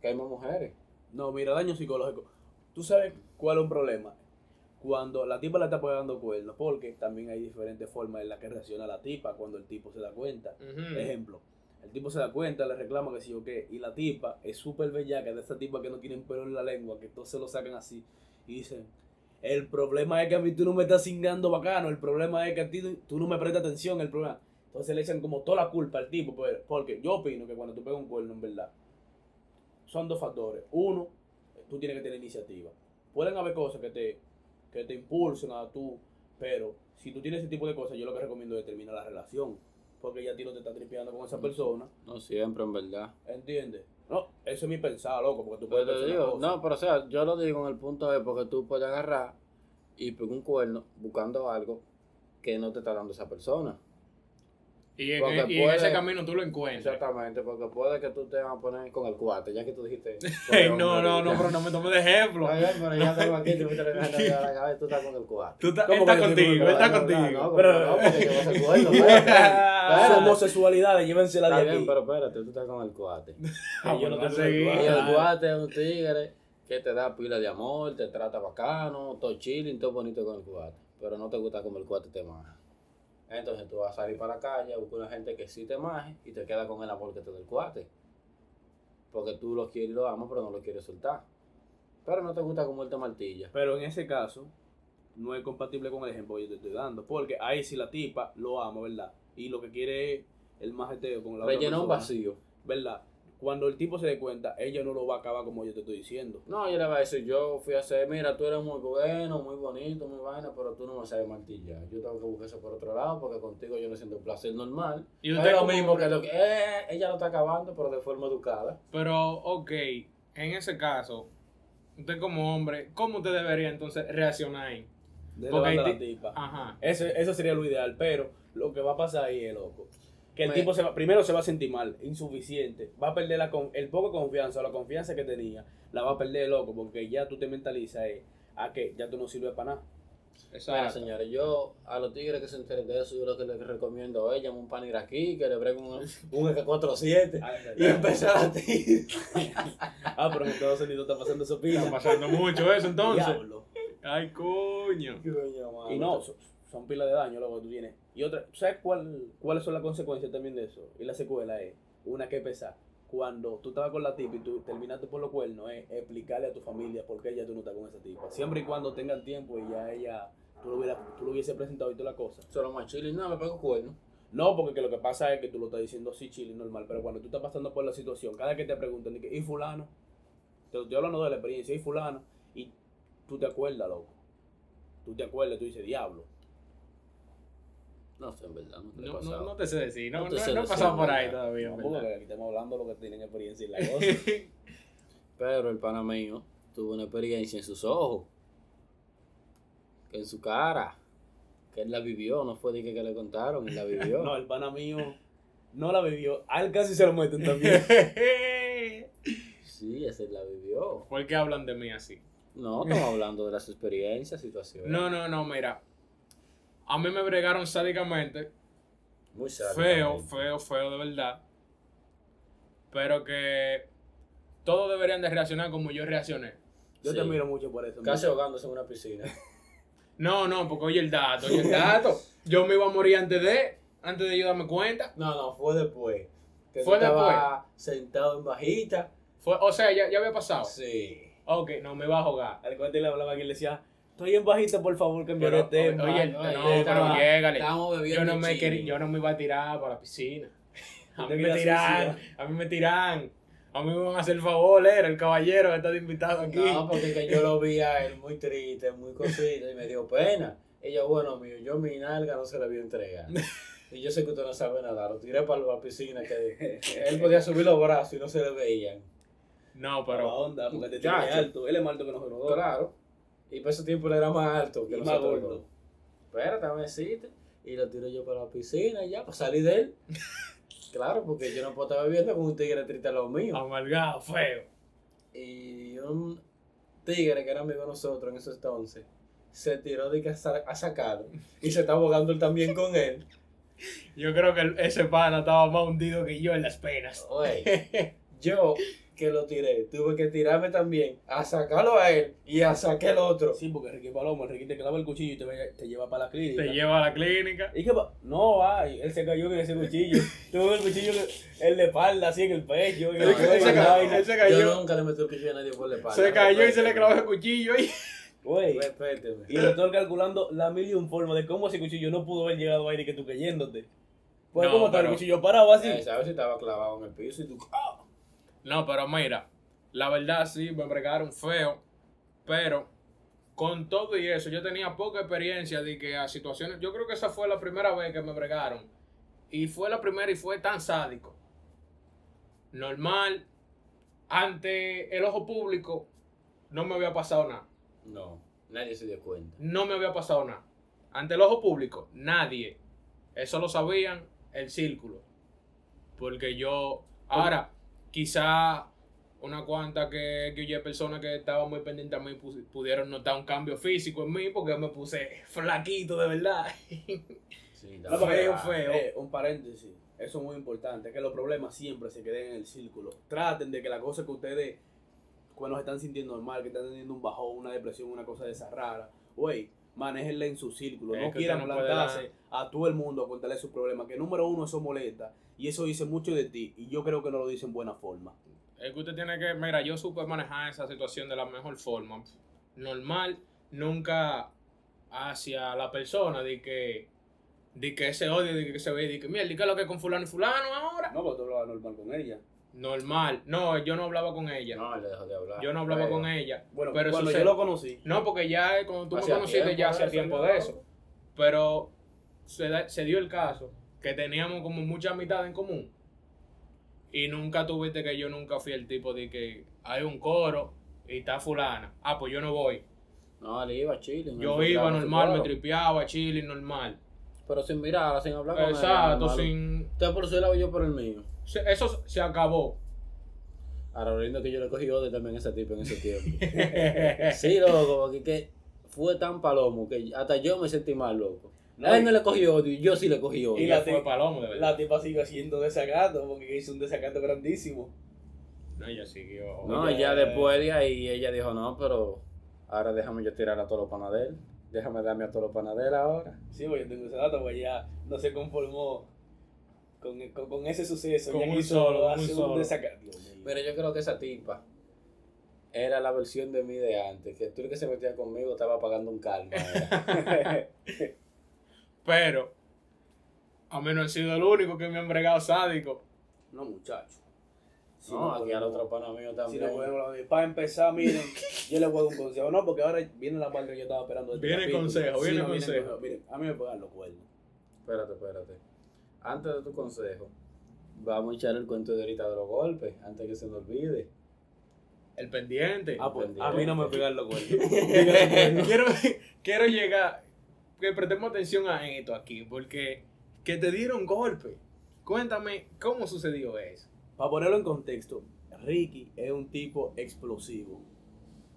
que hay más mujeres.
No, mira, daño psicológico. ¿Tú sabes cuál es un problema? Cuando la tipa le está pegando cuernos, porque también hay diferentes formas en las que reacciona la tipa cuando el tipo se da cuenta.
Ujú.
Ejemplo, el tipo se da cuenta, le reclama que sí o qué, y la tipa es súper bellaca, de esa tipa que no tienen pelo en la lengua, que todos se lo sacan así, y dicen, el problema es que a mí tú no me estás cingando bacano, el problema es que a ti tú no me prestas atención, el problema... Entonces le echan como toda la culpa al tipo, pues, porque yo opino que cuando tú pegas un cuerno, en verdad, son dos factores. Uno, tú tienes que tener iniciativa. Pueden haber cosas que te, que te impulsen a tú, pero si tú tienes ese tipo de cosas, yo lo que recomiendo es terminar la relación. Porque ya a ti no te está tripeando con
Mm.
esa persona,
No siempre, en verdad.
¿entiendes? No, eso es mi pensar, loco, porque tú
Pero
puedes
te
pensar una
digo,
cosa.
no, pero o sea, yo lo digo en el punto de porque tú puedes agarrar y pegar un cuerno buscando algo que no te está dando esa persona.
Y, en,
Porque
y en ese
puede-
camino tú lo encuentras.
Exactamente, porque puede que tú te vas a poner con el cuate, ya que tú dijiste.
Ey, no, no, no, pero no me tomes de ejemplo.
Está bien, pero ya estamos aquí, tú me estás levantando la cabeza y tú estás con el cuate.
Tú estás-
¿Cómo
está
que yo tengo
contigo,
que
está
hablar?
contigo.
No,
pero-
pero no, porque yo voy a ser cuerno, espérate.
Esa
Espérate.
homosexualidad, llévensela
Está
de aquí.
bien, pero espérate, tú estás con el cuate.
Ah,
yo no
bueno,
te soy
seguí.
Y el
Claro.
cuate es un tigre que te da pila de amor, te trata bacano, todo chilling, todo bonito con el cuate. Pero no te gusta como el cuate te maja. Entonces tú vas a salir para la calle, busca una gente que sí te maje y te queda con el amor que te da el cuate. Porque tú lo quieres y lo amas, pero no lo quieres soltar. Pero no te gusta como él te martilla.
Pero en ese caso, no es compatible con el ejemplo que yo te estoy dando. Porque ahí sí la tipa lo ama, ¿verdad? Y lo que quiere es el majeteo con la
Rellena un
otra persona,
vacío.
¿verdad? Cuando el tipo se dé cuenta, ella no lo va a acabar como yo te estoy diciendo.
No, yo le voy a decir, yo fui a hacer, mira, tú eres muy bueno, muy bonito, muy vaina, pero tú no me sabes martillar. Yo tengo que buscar eso por otro lado porque contigo yo no siento el placer normal.
Y
No
usted
es lo
como-
mismo que lo que... eh, ella lo está acabando, pero de forma educada.
Pero, ok, en ese caso, usted como hombre, ¿cómo usted debería entonces reaccionar ahí?
De
Porque hay
la
ti-
tipa.
Ajá.
Eso, eso sería lo ideal, pero lo que va a pasar ahí es loco. Que el
Me-
tipo se va, primero se va a sentir mal, insuficiente, va a perder la con, el poco confianza o la confianza que tenía, la va a perder loco, porque ya tú te mentalizas eh, a que ya tú no sirves para nada.
Mira,
Exacto.
señores, yo a los tigres que se enteren de eso, yo lo que les recomiendo es llamen un pan iraquí, que le breguen un, un F-47 y empezar a tirar.
Ah, pero en Estados Unidos está pasando eso pila.
Está pasando mucho eso entonces.
Diablo.
Ay, coño.
Coño, mano.
Y no, so- son pilas de daño lo que tú tienes. Y otra, ¿sabes cuál, cuáles son las consecuencias también de eso? Y la secuela es, una que pesa, cuando tú estabas con la tipa y tú terminaste por los cuernos, es explicarle a tu familia por qué ya tú no estás con esa tipa. Siempre y cuando tengan tiempo y ya ella, tú lo, hubieras, tú lo hubieses presentado y toda la cosa.
Solo más chile, no, me pego cuerno.
No, porque que lo que pasa es que tú lo estás diciendo así chile y normal, pero cuando tú estás pasando por la situación, cada vez que te preguntan, dije, ¿y fulano? Te lo estoy hablando de la experiencia, ¿y fulano? Y tú te acuerdas, loco. Tú te acuerdas, tú dices, diablo.
No sé, en verdad, no te he
No, no,
pasado.
no te sé decir, no,
No te
no-
sé
no he
decir,
pasado por
¿verdad?
ahí todavía.
No,
en
porque
verdad.
aquí estamos hablando lo que tienen experiencia y la cosa.
Pero el pana mío tuvo una experiencia en sus ojos, que en su cara, que él la vivió, no fue de que, que le contaron, él la vivió.
no, el pana mío no la bebió. Al casi se lo meten también.
Sí, ese la vivió.
¿Por qué hablan de mí así?
No, estamos hablando de las experiencias, situaciones.
No, no, no, mira. A mí me bregaron sádicamente
Muy sádico.
feo, feo, feo de verdad. Pero que todos deberían de reaccionar como yo reaccioné.
Yo te
Sí.
miro mucho por eso.
Casi
mira.
ahogándose en una piscina.
No, no, porque oye el dato, oye el dato. Yo me iba a morir antes de, antes de yo darme cuenta.
No, no, fue después. Que
Fue
tú estabas sentado en bajita.
Fue, o sea, ya, ya había pasado.
Sí.
Ok, no me iba a jugar.
Al cuate le hablaba que le decía, estoy en bajita, por favor, que me
Pero,
tema.
oye, el-
Ay,
no,
estaba-
pero llégale.
Estábamos
Yo
bebiendo
no, me
chile.
quería, yo no me iba a tirar para la piscina. A ¿eh?
Te
mí me
querías
tiran, a mí me tiran. A mí me van a hacer el favor, era el caballero que está de invitado aquí.
No, porque que yo lo vi a él muy triste, muy cosito, y me dio pena. Y yo, bueno, mío, yo mi nalga no se la voy a entregar. Y yo sé que usted no sabe nada, lo tiré para la piscina, que él podía subir los brazos y no se le veían.
No,
Pero
pero
onda, porque te tiene
Chacho.
alto. Él es más alto que nosotros dos.
Claro. Y para ese tiempo él era más alto que
Y más
nosotros
gordo.
dos. Pero también existe. y lo tiro yo para la piscina y ya, para salir de él. claro, porque yo no puedo estar bebiendo con un tigre triste a lo mío.
Amargado, feo.
Y un tigre que era amigo de nosotros en ese entonces se tiró de que a, sa- a sacarlo y se está ahogando él también con él.
Yo creo que el- ese pana estaba más hundido que yo en las penas.
Oye, yo que lo tiré, tuve que tirarme también a sacarlo a él y a sacar el otro.
Sí, porque Ricky Paloma, Ricky te clava el cuchillo y te, ve- te lleva para la clínica.
Te lleva a la clínica.
¿Y qué pa- No, ay, él se cayó con ese cuchillo. Tuvo el cuchillo, que- el de espalda, así en el pecho. y
Pero
la
es que
cueva,
se
y
cayó,
vaina.
él se cayó.
Yo nunca le metí el cuchillo a nadie por la espalda.
Se cayó y se le clavó el cuchillo y
Güey,
Respéteme.
Y el doctor calculando la mil y un forma de cómo ese cuchillo no pudo haber llegado ahí ni que tú cayéndote. Pues
No,
cómo está el
pero-
cuchillo parado así.
Eh, ¿Sabes si estaba clavado en el piso y tú... ¡Ah!
No, pero mira, la verdad sí, me bregaron feo, pero con todo y eso, yo tenía poca experiencia de que a situaciones, yo creo que esa fue la primera vez que me bregaron, y fue la primera y fue tan sádico. Normal, ante el ojo público, no me había pasado nada,
No, nadie se dio cuenta.
no me había pasado nada. Ante el ojo público, nadie. Eso lo sabían el círculo. Porque yo, ahora, quizá una cuanta que, que oye personas que estaban muy pendientes a mí pus- pudieron notar un cambio físico en mí porque me puse flaquito de verdad.
Sí,
No,
estaba
porque,
feo,
clavado.
feo.
eh, un paréntesis, eso es muy importante, que los problemas siempre se queden en el círculo. Traten de que la cosa que ustedes, cuando se están sintiendo mal, que están teniendo un bajón, una depresión, una cosa de esa rara, güey, manéjenla en su círculo.
Es
no
que
quieran
usted no puede
plantarse a todo el mundo a contarle sus problemas, que número uno, eso molesta. Y eso dice mucho de ti, y yo creo que no lo dice en buena forma.
Es que usted tiene que, mira, yo supe manejar esa situación de la mejor forma. Normal, nunca hacia la persona de que, de que ese odio, de que se ve, de que, mira, ¿y qué es lo que con fulano y fulano ahora?
No, pero tú hablabas normal con ella.
Normal. No, yo no hablaba con ella.
No, le dejó de hablar.
yo no hablaba
Feo.
con ella.
Bueno,
pero
cuando
eso
yo
se-
lo conocí,
No, porque ya eh, cuando tú me
Hacía
conociste
tiempo,
ya hacía
¿verdad?
tiempo de eso. Pero se, da- se dio el caso que teníamos como mucha amistad en común. Y nunca tuviste que yo nunca fui el tipo de que hay un coro y está fulana. Ah, pues yo no voy.
No, le iba a Chile.
Yo iba normal, me tripeaba, chile, normal.
Pero sin mirada, sin hablar con
Exacto,
ella, normal.
sin...
Usted por su lado, yo por el mío.
se- Eso se acabó.
Ahora lo lindo que yo le cogí odio también a ese tipo en ese tiempo. sí, loco, porque que fue tan palomo que hasta yo me sentí mal, loco.
No,
a él
y-
no le cogí odio, y yo sí le cogí odio.
Y
Y
la
la fue
te-
palomo, de verdad.
La tipa sigue haciendo desacato porque hizo un desacato grandísimo.
No, ella siguió.
No,
Oye.
ya después de ahí ella dijo, no, pero ahora déjame yo tirar a todos los panaderos. Déjame darme a todos los panaderos ahora.
Sí, porque yo tengo ese dato, pues ya no se conformó con, con, con ese suceso.
Con
ya
un
quiso
solo, con
hacer
un
un
solo.
desacato. Dios mío.
Mira, yo creo que esa tipa era la versión de mí de antes, que tú el que se metía conmigo estaba pagando un calma. era.
Pero, a mí no he sido el único que me han bregado sádico.
No, muchacho. Si
no, aquí al
podemos-
otro pana mío
Si
también.
no podemos hablar de- Para empezar, miren, yo les voy a dar un consejo. No, porque ahora viene la parte que yo estaba esperando. de este
Viene
capítulo.
consejo, viene
no,
consejo.
Miren, a mí me pagan los cuernos.
Espérate, espérate. Antes de tu consejo, vamos a echar el cuento de ahorita de los golpes, antes que se nos olvide.
El pendiente.
Ah, pues, a mí no me pegan los cuernos.
quiero, quiero llegar, que prestemos atención a esto aquí, porque que te dieron golpe. Cuéntame cómo sucedió eso.
Para ponerlo en contexto, Ricky es un tipo explosivo.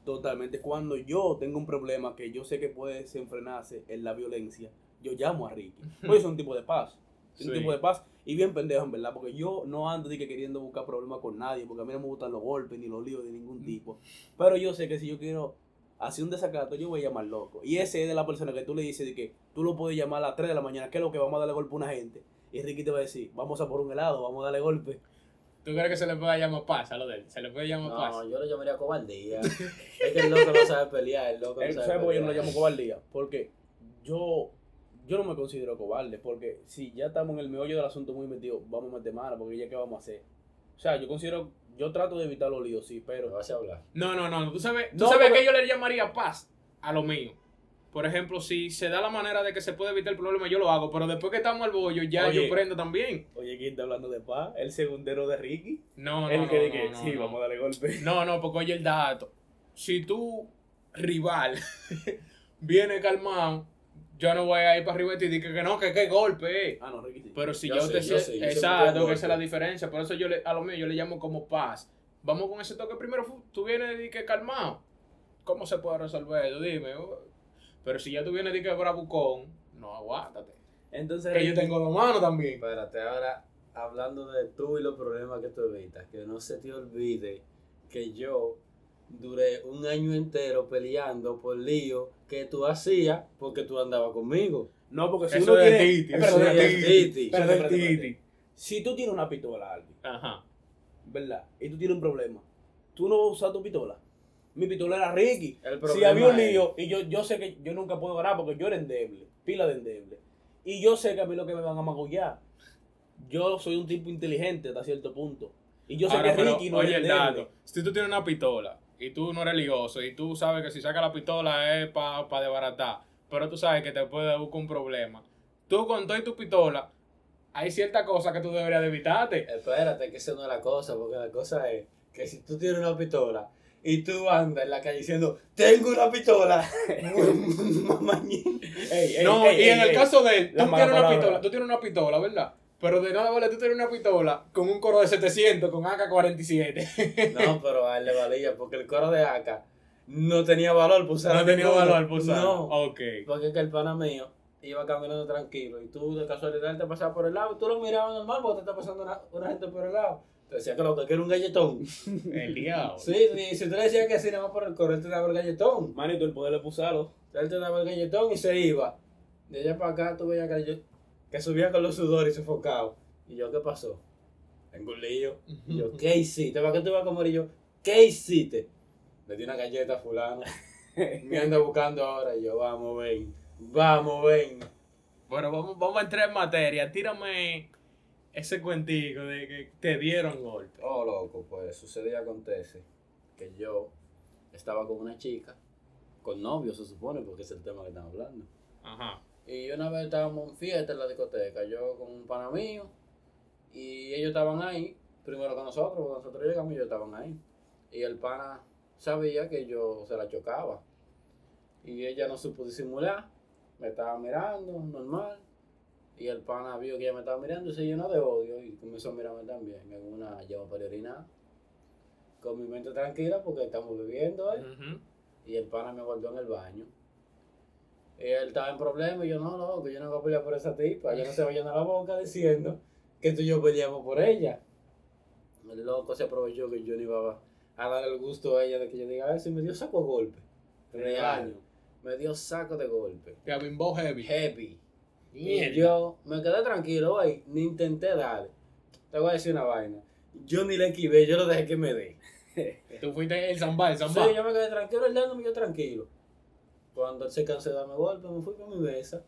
Totalmente. Cuando yo tengo un problema que yo sé que puede desenfrenarse en la violencia, yo llamo a Ricky. Pues es un tipo de paz. Es un
Sí.
tipo de paz. Y bien pendejo, en verdad, porque yo no ando de que queriendo buscar problemas con nadie, porque a mí no me gustan los golpes ni los líos de ningún tipo. Pero yo sé que si yo quiero hacer un desacato, yo voy a llamar loco. Y ese es de la persona que tú le dices de que tú lo puedes llamar a las 3 de la mañana, que es lo que vamos a darle golpe a una gente. Y Ricky te va a decir, vamos a por un helado, vamos a darle golpe.
¿Tú crees que se le puede llamar paz a lo de él? ¿Se le puede llamar
No,
paz?
yo lo llamaría cobardía. es que el loco no sabe pelear, el loco no
Él
sabe
sabe por qué yo no lo
pelear.
llamo cobardía. Porque yo, yo no me considero cobarde. Porque si ya estamos en el meollo del asunto muy metido, vamos a meter mano. Porque ya qué vamos a hacer. O sea, yo considero, yo trato de evitar los líos, sí,
Pero
pero.
vas a hablar.
No, no, no. ¿Tú sabes, tú
No,
sabes
porque-
que yo le llamaría paz a lo mío? Por ejemplo, si se da la manera de que se puede evitar el problema, yo lo hago. Pero después que estamos al bollo, ya
Oye.
yo prendo también.
Oye, ¿quién está hablando de paz? El segundero de Ricky.
No, no,
el
no,
que dice,
no,
que
no,
sí,
no.
vamos a darle golpe.
No, no, porque oye el dato. Si tu rival viene calmado, yo no voy a ir para arriba de ti y dije que no, que qué golpe. eh.
Ah, no, Ricky sí.
Pero si
Yo
ya
sé,
usted se-
yo sé, yo sé por qué
exacto, que
golpe.
esa es la diferencia. Por eso yo le, a lo mío yo le llamo como paz. Vamos con ese toque primero, fu- tú vienes de que calmado. ¿Cómo se puede resolver? eso? Dime. oh. Pero si ya tú vienes de que bravucón, no aguántate.
Entonces,
Que yo
Ricky-
tengo dos manos también.
Espérate, ahora hablando de tú y los problemas que tú evitas, que no se te olvide que yo duré un año entero peleando por lío que tú hacías porque tú andabas conmigo.
No, porque si
Eso
uno
es
tiene.
Titi,
Eh,
eso
perdón,
es
Titi.
Titi,
Titi.
pero
Espérate,
de
espérate,
Titi.
Si tú tienes una pistola, Albi,
Ajá.
¿verdad? Y tú tienes un problema. Tú no vas a usar tu pistola. Mi pistola era Ricky.
El
Si había un
es-
lío, y yo, yo sé que yo nunca puedo ganar porque yo era endeble, pila de endeble. Y yo sé que a mí lo que me van a magullar. Yo soy un tipo inteligente hasta cierto punto. Y yo sé
Ahora,
que
pero,
Ricky no
oye,
es
el
endeble.
dato. Si tú tienes una pistola y tú no eres lioso y tú sabes que si sacas la pistola es para desbaratar, pero tú sabes que te puede buscar un problema. Tú con todo y tu pistola, hay ciertas cosas que tú deberías de evitarte.
Espérate, que esa no es la cosa, porque la cosa es que si tú tienes una pistola y tú andas en la calle diciendo, tengo una pistola, mamañín.
Ey, ey,
no,
ey,
y
ey,
en el
ey.
caso de él, tú
la
tienes
mala
una
palabra.
pistola, tú tienes una pistola, ¿verdad? Pero de nada vale tú tienes una pistola con un coro de 700 con AK-47.
No, pero a él le valía, porque el coro de AK no tenía valor, pues
no tenía valor, pues.
No,
Ok.
porque es que el pana mío iba caminando tranquilo y tú de casualidad te pasabas por el lado, y tú lo mirabas normal porque te está pasando una, una gente por el lado. Te decía que lo que era un galletón.
El diablo.
Sí, sí, si tú le decías que sí, nada más por el coro, él te daba el galletón.
Manito, el poder le pusalo.
Él te daba el galletón y se iba. De allá para acá tú veías que, yo- que subía con los sudores y sofocado. Y yo, ¿qué pasó? Tengo un lío. Y yo, ¿qué hiciste? ¿Para qué tú vas a comer? Y yo, ¿qué hiciste? Le di una galleta a fulano. Me anda buscando ahora. Y yo, vamos, ven. Vamos, ven.
Bueno, vamos, vamos a entrar en materia. Tírame ese cuentico de que te dieron golpe.
Oh, loco, pues sucede y acontece que yo estaba con una chica, con novio se supone, porque es el tema que estamos hablando.
Ajá.
Y una vez estábamos en fiesta en la discoteca, yo con un pana mío, y ellos estaban ahí, primero con nosotros, porque nosotros llegamos y ellos estaban ahí. Y el pana sabía que yo se la chocaba. Y ella no supo disimular, me estaba mirando, normal. Y el pana vio que ella me estaba mirando y se llenó de odio y comenzó a mirarme también. En una llevo para orinar, con mi mente tranquila porque estamos viviendo, ¿eh?
Ujú.
Y el pana me guardó en el baño. Y él estaba en problemas y yo, no, no, que yo no voy a pelear por esa tipa. Yo no se va a llenar la boca diciendo que tú y yo peleamos por ella. El loco se aprovechó que yo no iba a- a dar el gusto a ella de que yo diga eso y me dio saco de golpe. Real. Me dio saco de golpe.
Te abimbó heavy.
Heavy. Y
Mierda.
yo me quedé tranquilo ahí, ni intenté darle. Te voy a decir una vaina. Yo ni le esquivé, yo lo dejé que me dé.
Tú fuiste el zambá, el zambá.
Sí, yo me quedé tranquilo, él dándome yo tranquilo. Cuando él se cansó de darme golpe, me fui con mi mesa.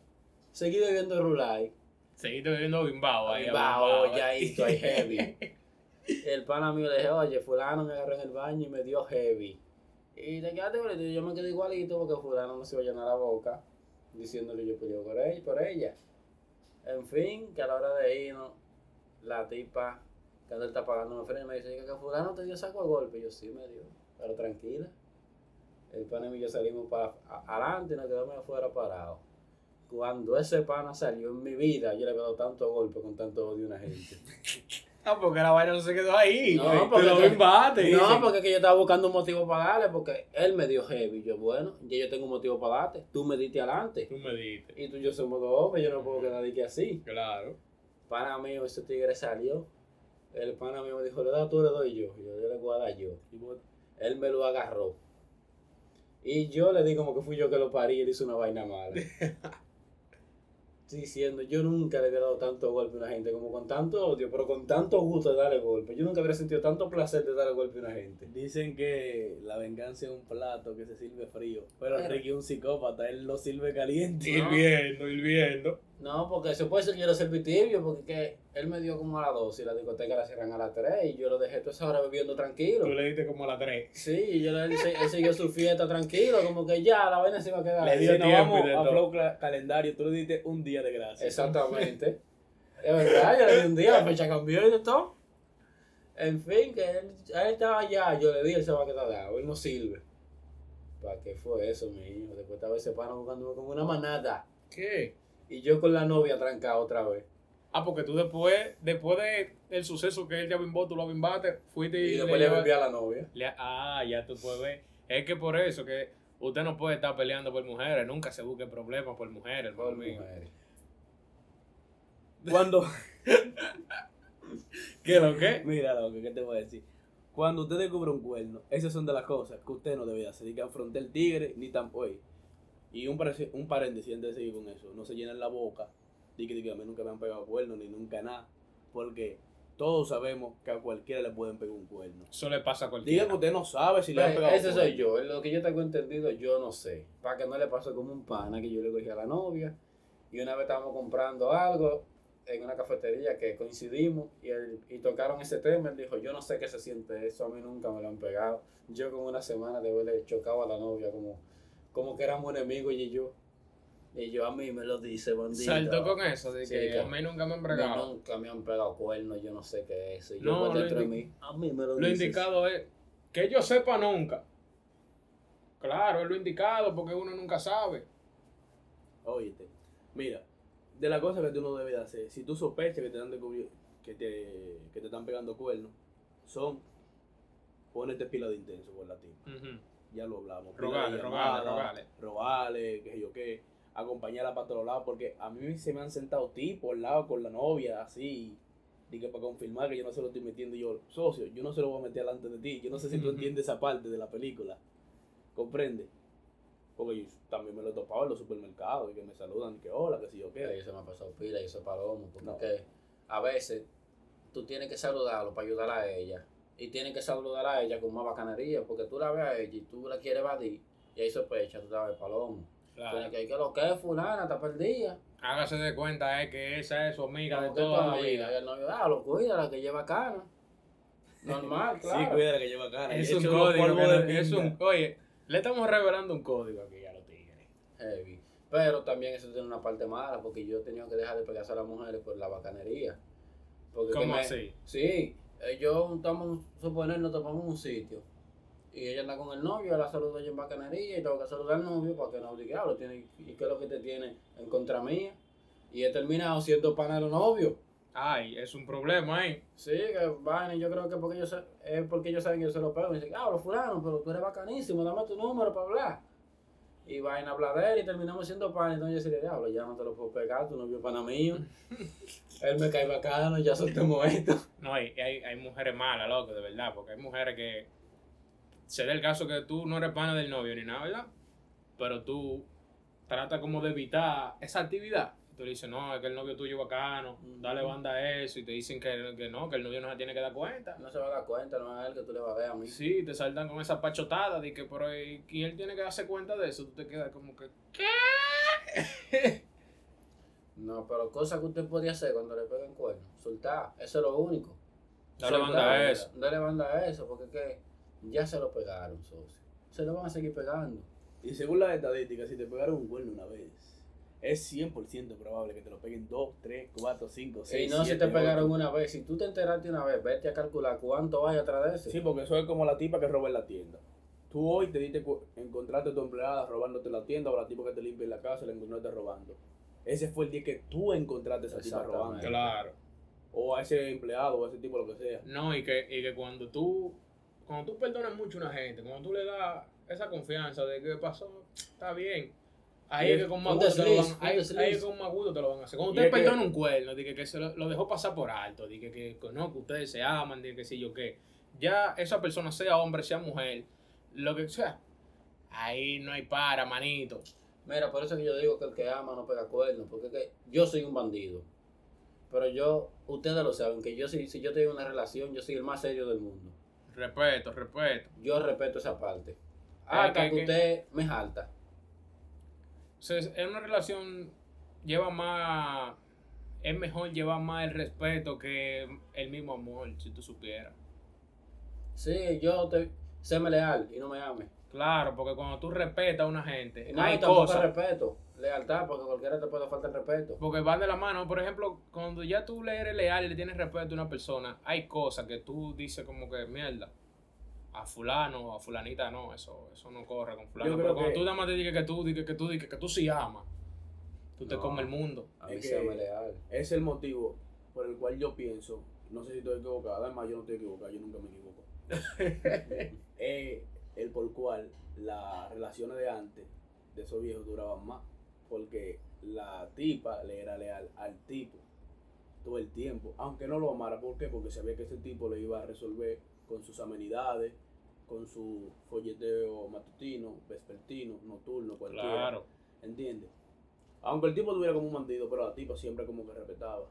Seguí bebiendo Rulay.
Seguiste bebiendo bimbao ahí.
Bao,
abimbao.
ya esto hay heavy. El pana mío le dije, oye, fulano me agarró en el baño y me dio heavy. Y "Ah, te quedaste igualito. Y Yo me quedé igualito porque fulano no se iba a llenar la boca diciendo que yo peleé por él, por ella. En fin, que a la hora de irnos, la tipa, cuando él está pagando me frena, me dice, que fulano te dio saco a golpe. Y yo, sí, me dio, pero tranquila. El pana mío y yo salimos para a- adelante y nos quedamos afuera parados. Cuando ese pana salió en mi vida, yo le he dado tanto golpe con tanto odio a una gente.
Ah, porque la vaina no se quedó ahí.
No,
güey.
porque
te lo
te-
bimbaste.
No,
dicen.
porque es que yo estaba buscando un motivo para darle, porque él me dio heavy. Yo, bueno, ya yo tengo un motivo para darte. Tú me diste adelante.
Tú me diste.
Y tú y yo somos dos hombres, yo no puedo quedar de que así.
Claro.
Pana mío, ese tigre salió. El pana mío me dijo, le da tú, le doy yo. Y Yo, yo le voy a dar yo.
Y vos-
Él me lo agarró. Y yo le di como que fui yo que lo parí y él hizo una vaina mala. Estoy diciendo, yo nunca le había dado tanto golpe a una gente, como con tanto odio, pero con tanto gusto de darle golpe. Yo nunca había sentido tanto placer de darle golpe a una gente.
Dicen que la venganza es un plato que se sirve frío. Pero
Pero-
Ricky es un psicópata, él lo sirve caliente.
Hirviendo, hirviendo.
No, porque se puede ser que yo lo serví tibio, porque que él me dio como a las 12 y la discoteca la cierran a las 3 y yo lo dejé toda esa hora bebiendo tranquilo.
Tú le diste como a las 3.
Sí, y yo le, él, se- él siguió su fiesta tranquilo, como que ya la vaina se iba a quedar.
Le
ahí.
dio
dice, no
tiempo y
vamos
de
a
todo".
Flow cla- Calendario, tú le diste un día de gracia.
Exactamente. es verdad, yo le di un día, la fecha cambió y de todo. En fin, que él, él estaba allá, yo le dije, él se va a quedar dado, él no sirve. ¿Para qué fue eso, mi hijo? Después estaba ese pana buscándome como una manada.
¿Qué?
Y yo con la novia trancada otra vez.
Ah, porque tú después, después de el suceso que él te abimbó, tú lo abimbaste, fuiste
Y,
y,
después le
llevaste-
volví a la novia.
le- ah, ya tú puedes ver. Es que por eso que usted no puede estar peleando por mujeres, nunca se busque problemas por mujeres, hermano
Por
mío.
mujeres.
Cuando,
¿Qué lo que?
mira lo que te voy a decir. Cuando usted descubre un cuerno, esas son de las cosas que usted no debe hacer. Y que afronte el tigre ni tampoco. Y un, parece- un paréntesis antes de seguir con eso. No se llenen la boca. Di que, di que a mí nunca me han pegado cuerno ni nunca nada. Porque todos sabemos que a cualquiera le pueden pegar un cuerno.
Eso le pasa a cualquiera.
Diga que usted no sabe si le han
Ve,
pegado
Pues, ese
cuerno.
soy yo. Lo que yo tengo entendido, yo no sé. Para que no le pase como un pana que yo le cogí a la novia. Y una vez estábamos comprando algo en una cafetería que coincidimos y, él- y tocaron ese tema. Él dijo, yo no sé qué se siente eso, a mí nunca me lo han pegado. Yo con una semana de haberle chocado a la novia como, como que éramos enemigos ella y yo. Y yo a mí me lo dice, bandido.
Saltó con eso, de
Sí,
que
que-
a mí nunca me han
Yo
bregado.
nunca me han pegado cuernos, yo no sé qué es eso. Y yo
No,
por
lo
dentro de
indi-
mí, a mí me lo,
Lo
dices.
indicado es que yo sepa nunca. Claro, es lo indicado porque uno nunca sabe.
Óyete, mira, de las cosas que tú no debes de hacer, si tú sospechas que te están, descubri- que te, que te están pegando cuernos, son ponerte pila de intenso por la tipa. Ya lo hablamos. pila de
Rogale,
llamadas,
rogale, rogale.
rogale, qué sé yo qué. Acompañarla para todos lados, porque a mí se me han sentado tipos al lado con la novia, así. Dije para confirmar que yo no se lo estoy metiendo Y yo, socio, yo no se lo voy a meter delante de ti. Yo no sé si tú
Ujú.
entiendes esa parte de la película. ¿Comprende? Porque yo también me lo he topado en los supermercados y que me saludan, que hola, que si yo
Mira,
qué.
yo se me ha pasado pila, yo soy palomo, porque
No.
que a veces tú tienes que saludarlo para ayudar a ella. Y tienes que saludar a ella con más bacanería, porque tú la ves a ella y tú la quieres evadir, y ahí sospecha, tú la ves palomo. Tienes que hay que lo que es fulana, está perdida.
Hágase de cuenta, es que esa es su amiga de
Como que tu
toda la
amiga,
vida.
y el novio, ah, lo cuida, la que lleva cana. Normal, claro.
Sí, cuida que lleva cara.
Es
y
un
echa unos
código.
polvos
que
de
no- es
pinga.
un- oye, le estamos revelando un código aquí a los tigres.
Heavy. Pero también eso tiene una parte mala, porque yo he tenido que dejar de pegarse a las mujeres por la bacanería. Porque que
¿Cómo
me-
así?
Sí, eh, yo estamos, suponer, nos topamos en un sitio. Y ella anda con el novio, la saludo yo en bacanería y tengo que saludar al novio para que no diga, "Ah, lo tiene, ¿y qué es lo que te tiene en contra mía? Y he terminado siendo panero novio.
Ay, es un problema, ¿eh?
Sí, que van, y yo creo que porque ellos, sa- es porque ellos saben que yo se lo pego. Y dicen, ah, los fulano, pero tú eres bacanísimo, dame tu número para hablar. Y van a hablar y terminamos siendo pan. Entonces yo decía, diablo, ya no te lo puedo pegar, tu novio es pana mío. Él me cae bacano, ya soltemos esto.
No, hay, hay, hay mujeres malas, loco, de verdad, porque hay mujeres que. Se da el caso que tú no eres pana del novio ni nada, ¿verdad? Pero tú tratas como de evitar esa actividad. Tú le dices, no, es que el novio tuyo es bacano, dale banda a eso, y te dicen que, que no, que el novio no se tiene que dar cuenta.
No se va a dar cuenta, no es a él que tú le vas a ver a mí.
Sí, te saltan con esa pachotada de que por ahí, y él tiene que darse cuenta de eso, tú te quedas como que.
No, pero cosas que usted podía hacer cuando le pegan cuerno. Soltar, eso es lo único.
Dale
Soltar,
banda a eso.
Dale banda a eso, porque es que ya se lo pegaron, socio. Se lo van a seguir pegando.
Y según las estadísticas, si te pegaron un cuerno una vez, es 100% probable que te lo peguen 2, 3, 4, 5, 6.
Si no, si te pegaron una vez, si tú te enteraste una vez, vete a calcular cuánto hay atrás de eso.
Sí, porque eso es como la tipa que roba en la tienda. Tú hoy te diste, cu- encontraste a tu empleada robándote en la tienda o la tipa que te limpia en la casa la encontraste robando. Ese fue el día que tú encontraste a esa tipa
Exactamente.
robando.
Claro.
O a ese empleado o a ese tipo, lo que sea.
No, y que, y que cuando tú cuando tú perdonas mucho a una gente, cuando tú le das esa confianza de que pasó, está bien. Ahí
Y
es
es
que con más
un
gusto te lo van
desliz, un
ahí-
desliz.
ahí es que con más gusto te lo van a hacer. Cuando
Y
usted
es que-
perdona un cuerno, de que, que se lo, lo dejó pasar por alto, de que, que, que no, que ustedes se aman, de que sí yo qué. Ya esa persona sea hombre, sea mujer, lo que sea, ahí no hay para, manito.
Mira, por eso que yo digo que el que ama no pega cuernos, porque es que yo soy un bandido. Pero yo, ustedes lo saben, que yo si, si yo tengo una relación, yo soy el más serio del mundo.
Respeto, respeto.
Yo respeto esa parte.
Ah,
Hasta
que-
que,
que-
usted me jalta.
O sea, es- en una relación lleva más. Es mejor llevar más el respeto que el mismo amor, si tú supieras.
Sí, yo te, séme leal y no me ame.
Claro, porque cuando tú respetas a una gente,
Y No,
hay
y tampoco
cosas.
respeto. Lealtad, porque cualquiera te puede faltar el respeto.
Porque van de la mano. Por ejemplo, cuando ya tú le eres leal y le tienes respeto a una persona, hay cosas que tú dices como que mierda. A fulano o a fulanita no, eso, eso no corre con fulano.
Yo
Pero
creo
cuando
que-
tú nada más te dices que tú, dices que tú, dices que tú sí amas. tú te
No.
comes el mundo.
A mí
Es
se
que-
me leal.
Es el motivo por el cual yo pienso, no sé si estoy equivocado, además yo no estoy equivocado, yo nunca me equivoco. Eh, el por cual las relaciones de antes, de esos viejos, duraban más, porque la tipa le era leal al tipo todo el tiempo, aunque no lo amara, ¿por qué? Porque sabía que ese tipo le iba a resolver con sus amenidades, con su folleteo matutino, vespertino, nocturno, cualquiera.
Claro.
¿Entiendes? Aunque el tipo tuviera como un bandido, pero la tipa siempre como que respetaba.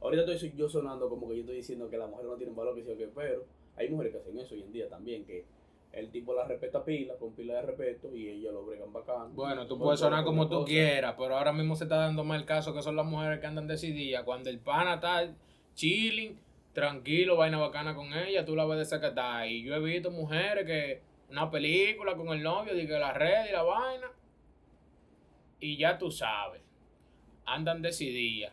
Ahorita estoy yo sonando como que yo estoy diciendo que las mujeres no tienen valor, que sí o que, pero hay mujeres que hacen eso hoy en día también, que el tipo la respeta pila, con pila de respeto, y ellas lo bregan bacano.
Bueno, tú
Por-
puedes
por
sonar como
alguna
tú
cosa.
quieras, pero ahora mismo se está dando mal el caso que son las mujeres que andan decididas. Cuando el pana está chilling, tranquilo, vaina bacana con ella, tú la ves desacatada. Y yo he visto mujeres que una película con el novio, de que la red y la vaina, y ya tú sabes, andan decididas.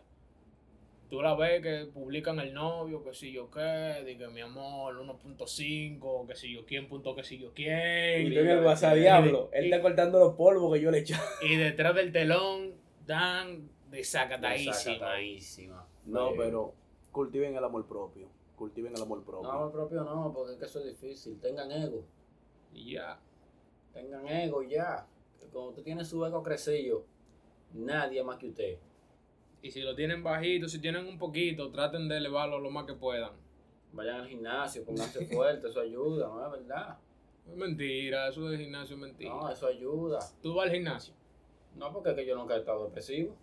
Tú la ves que publican el novio, que si yo qué, de que mi amor, 1.5, que si yo quién, punto que si yo quién.
Y tú en el WhatsApp, diablo, él está cortando los polvos que yo le he echado.
Y detrás del telón dan desacatadísima.
Desacatadísima.
No,
Sí.
pero cultiven el amor propio, cultiven el amor propio.
No, el propio no, porque es que eso es difícil. Tengan ego.
Y Ya.
Tengan ego ya. Que Cuando tú tienes su ego crecido, nadie más que usted.
Y si lo tienen bajito, si tienen un poquito, traten de elevarlo lo más que puedan.
Vayan al gimnasio, pónganse fuerte, eso ayuda, ¿no es verdad?
Es mentira, eso del gimnasio es mentira.
No, eso ayuda.
Tú vas al gimnasio.
No, porque es que yo nunca he estado depresivo.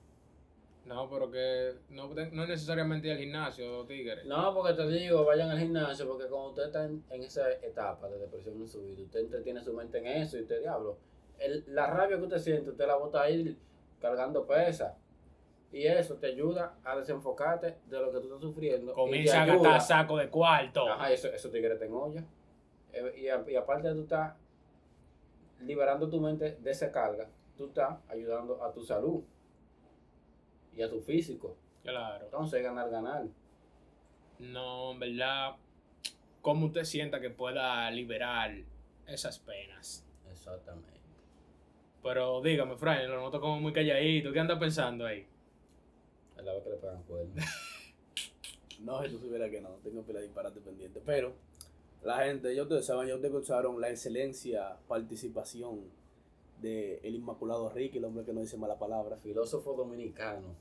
No, pero que no, te- no es necesariamente ir al gimnasio, tigre.
No, porque te digo, vayan al gimnasio, porque cuando usted está en, en esa etapa de depresión en su vida, usted entretiene su mente en eso y usted, diablo, el- la rabia que usted siente, usted la bota ahí cargando pesas. Y eso te ayuda a desenfocarte de lo que tú estás sufriendo. y te
Comienza a
ayuda-
gastar saco de cuarto.
Ajá, eso, eso te tigres te olla. Y, a- y aparte tú estás liberando tu mente de esa carga, tú estás ayudando a tu salud y a tu físico.
Claro.
Entonces, ganar, ganar.
No, en verdad, ¿cómo usted sienta que pueda liberar esas penas?
Exactamente.
Pero dígame, Fran, lo noto como muy calladito. ¿Qué anda pensando ahí?
Es la vez que le pegan cuernos.
No, si tú supieras que no, tengo pila de disparate pendiente. Pero la gente, ya ustedes saben, ya ustedes escucharon la excelencia, participación de el Inmaculado Ricky, el hombre que no dice mala palabra.
Filósofo dominicano.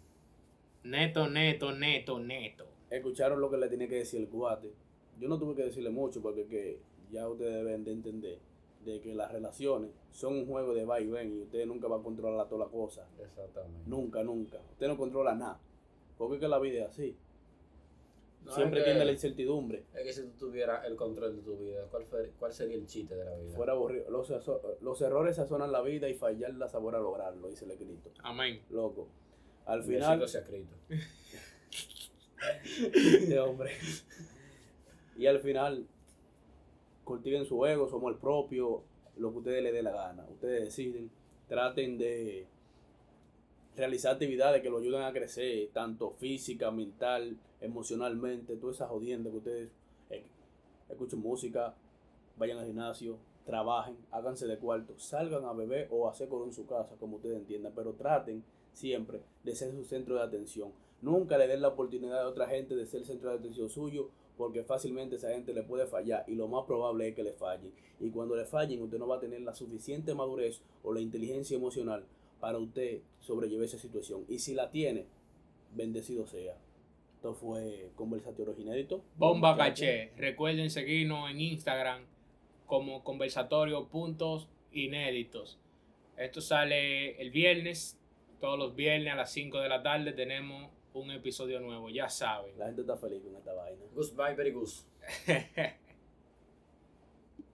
Neto, neto, neto, neto.
Escucharon lo que le tenía que decir el cuate. Yo no tuve que decirle mucho porque que ya ustedes deben de entender de que las relaciones son un juego de va y ven y usted nunca va a controlar toda la cosa.
Exactamente.
Nunca, nunca. Usted no controla nada. Porque es que la vida es así.
No,
Siempre
es que-
tiene la incertidumbre.
Es que si tú tuvieras el control de tu vida, ¿cuál, fer- cuál sería el chiste de la vida?
Fuera aburrido. Los, aso- los errores sazonan la vida y fallar la sabor a lograrlo, dice el escrito.
Amén.
Loco. Al
al
final,
se ha escrito.
de este hombre. Y al final, cultiven su ego, somos el propio, lo que ustedes les dé la gana. Ustedes deciden, traten de realizar actividades que lo ayuden a crecer, tanto física, mental, emocionalmente, toda esa jodienda que ustedes eh, escuchen música, vayan al gimnasio, trabajen, háganse de cuarto, salgan a beber o a hacer coro en su casa, como ustedes entiendan, pero traten siempre de ser su centro de atención. Nunca le den la oportunidad a otra gente de ser el centro de atención suyo, porque fácilmente esa gente le puede fallar y lo más probable es que le fallen. Y cuando le fallen, usted no va a tener la suficiente madurez o la inteligencia emocional para usted sobrellevar esa situación. Y si la tiene, bendecido sea. Esto fue Conversatorio Inédito.
Bomba caché. Recuerden seguirnos en Instagram como conversatorio puntos inéditos. Esto sale el viernes. Todos los viernes a las 5 de la tarde tenemos un episodio nuevo, ya saben.
La gente está feliz con esta vaina.
Goodbye, very good.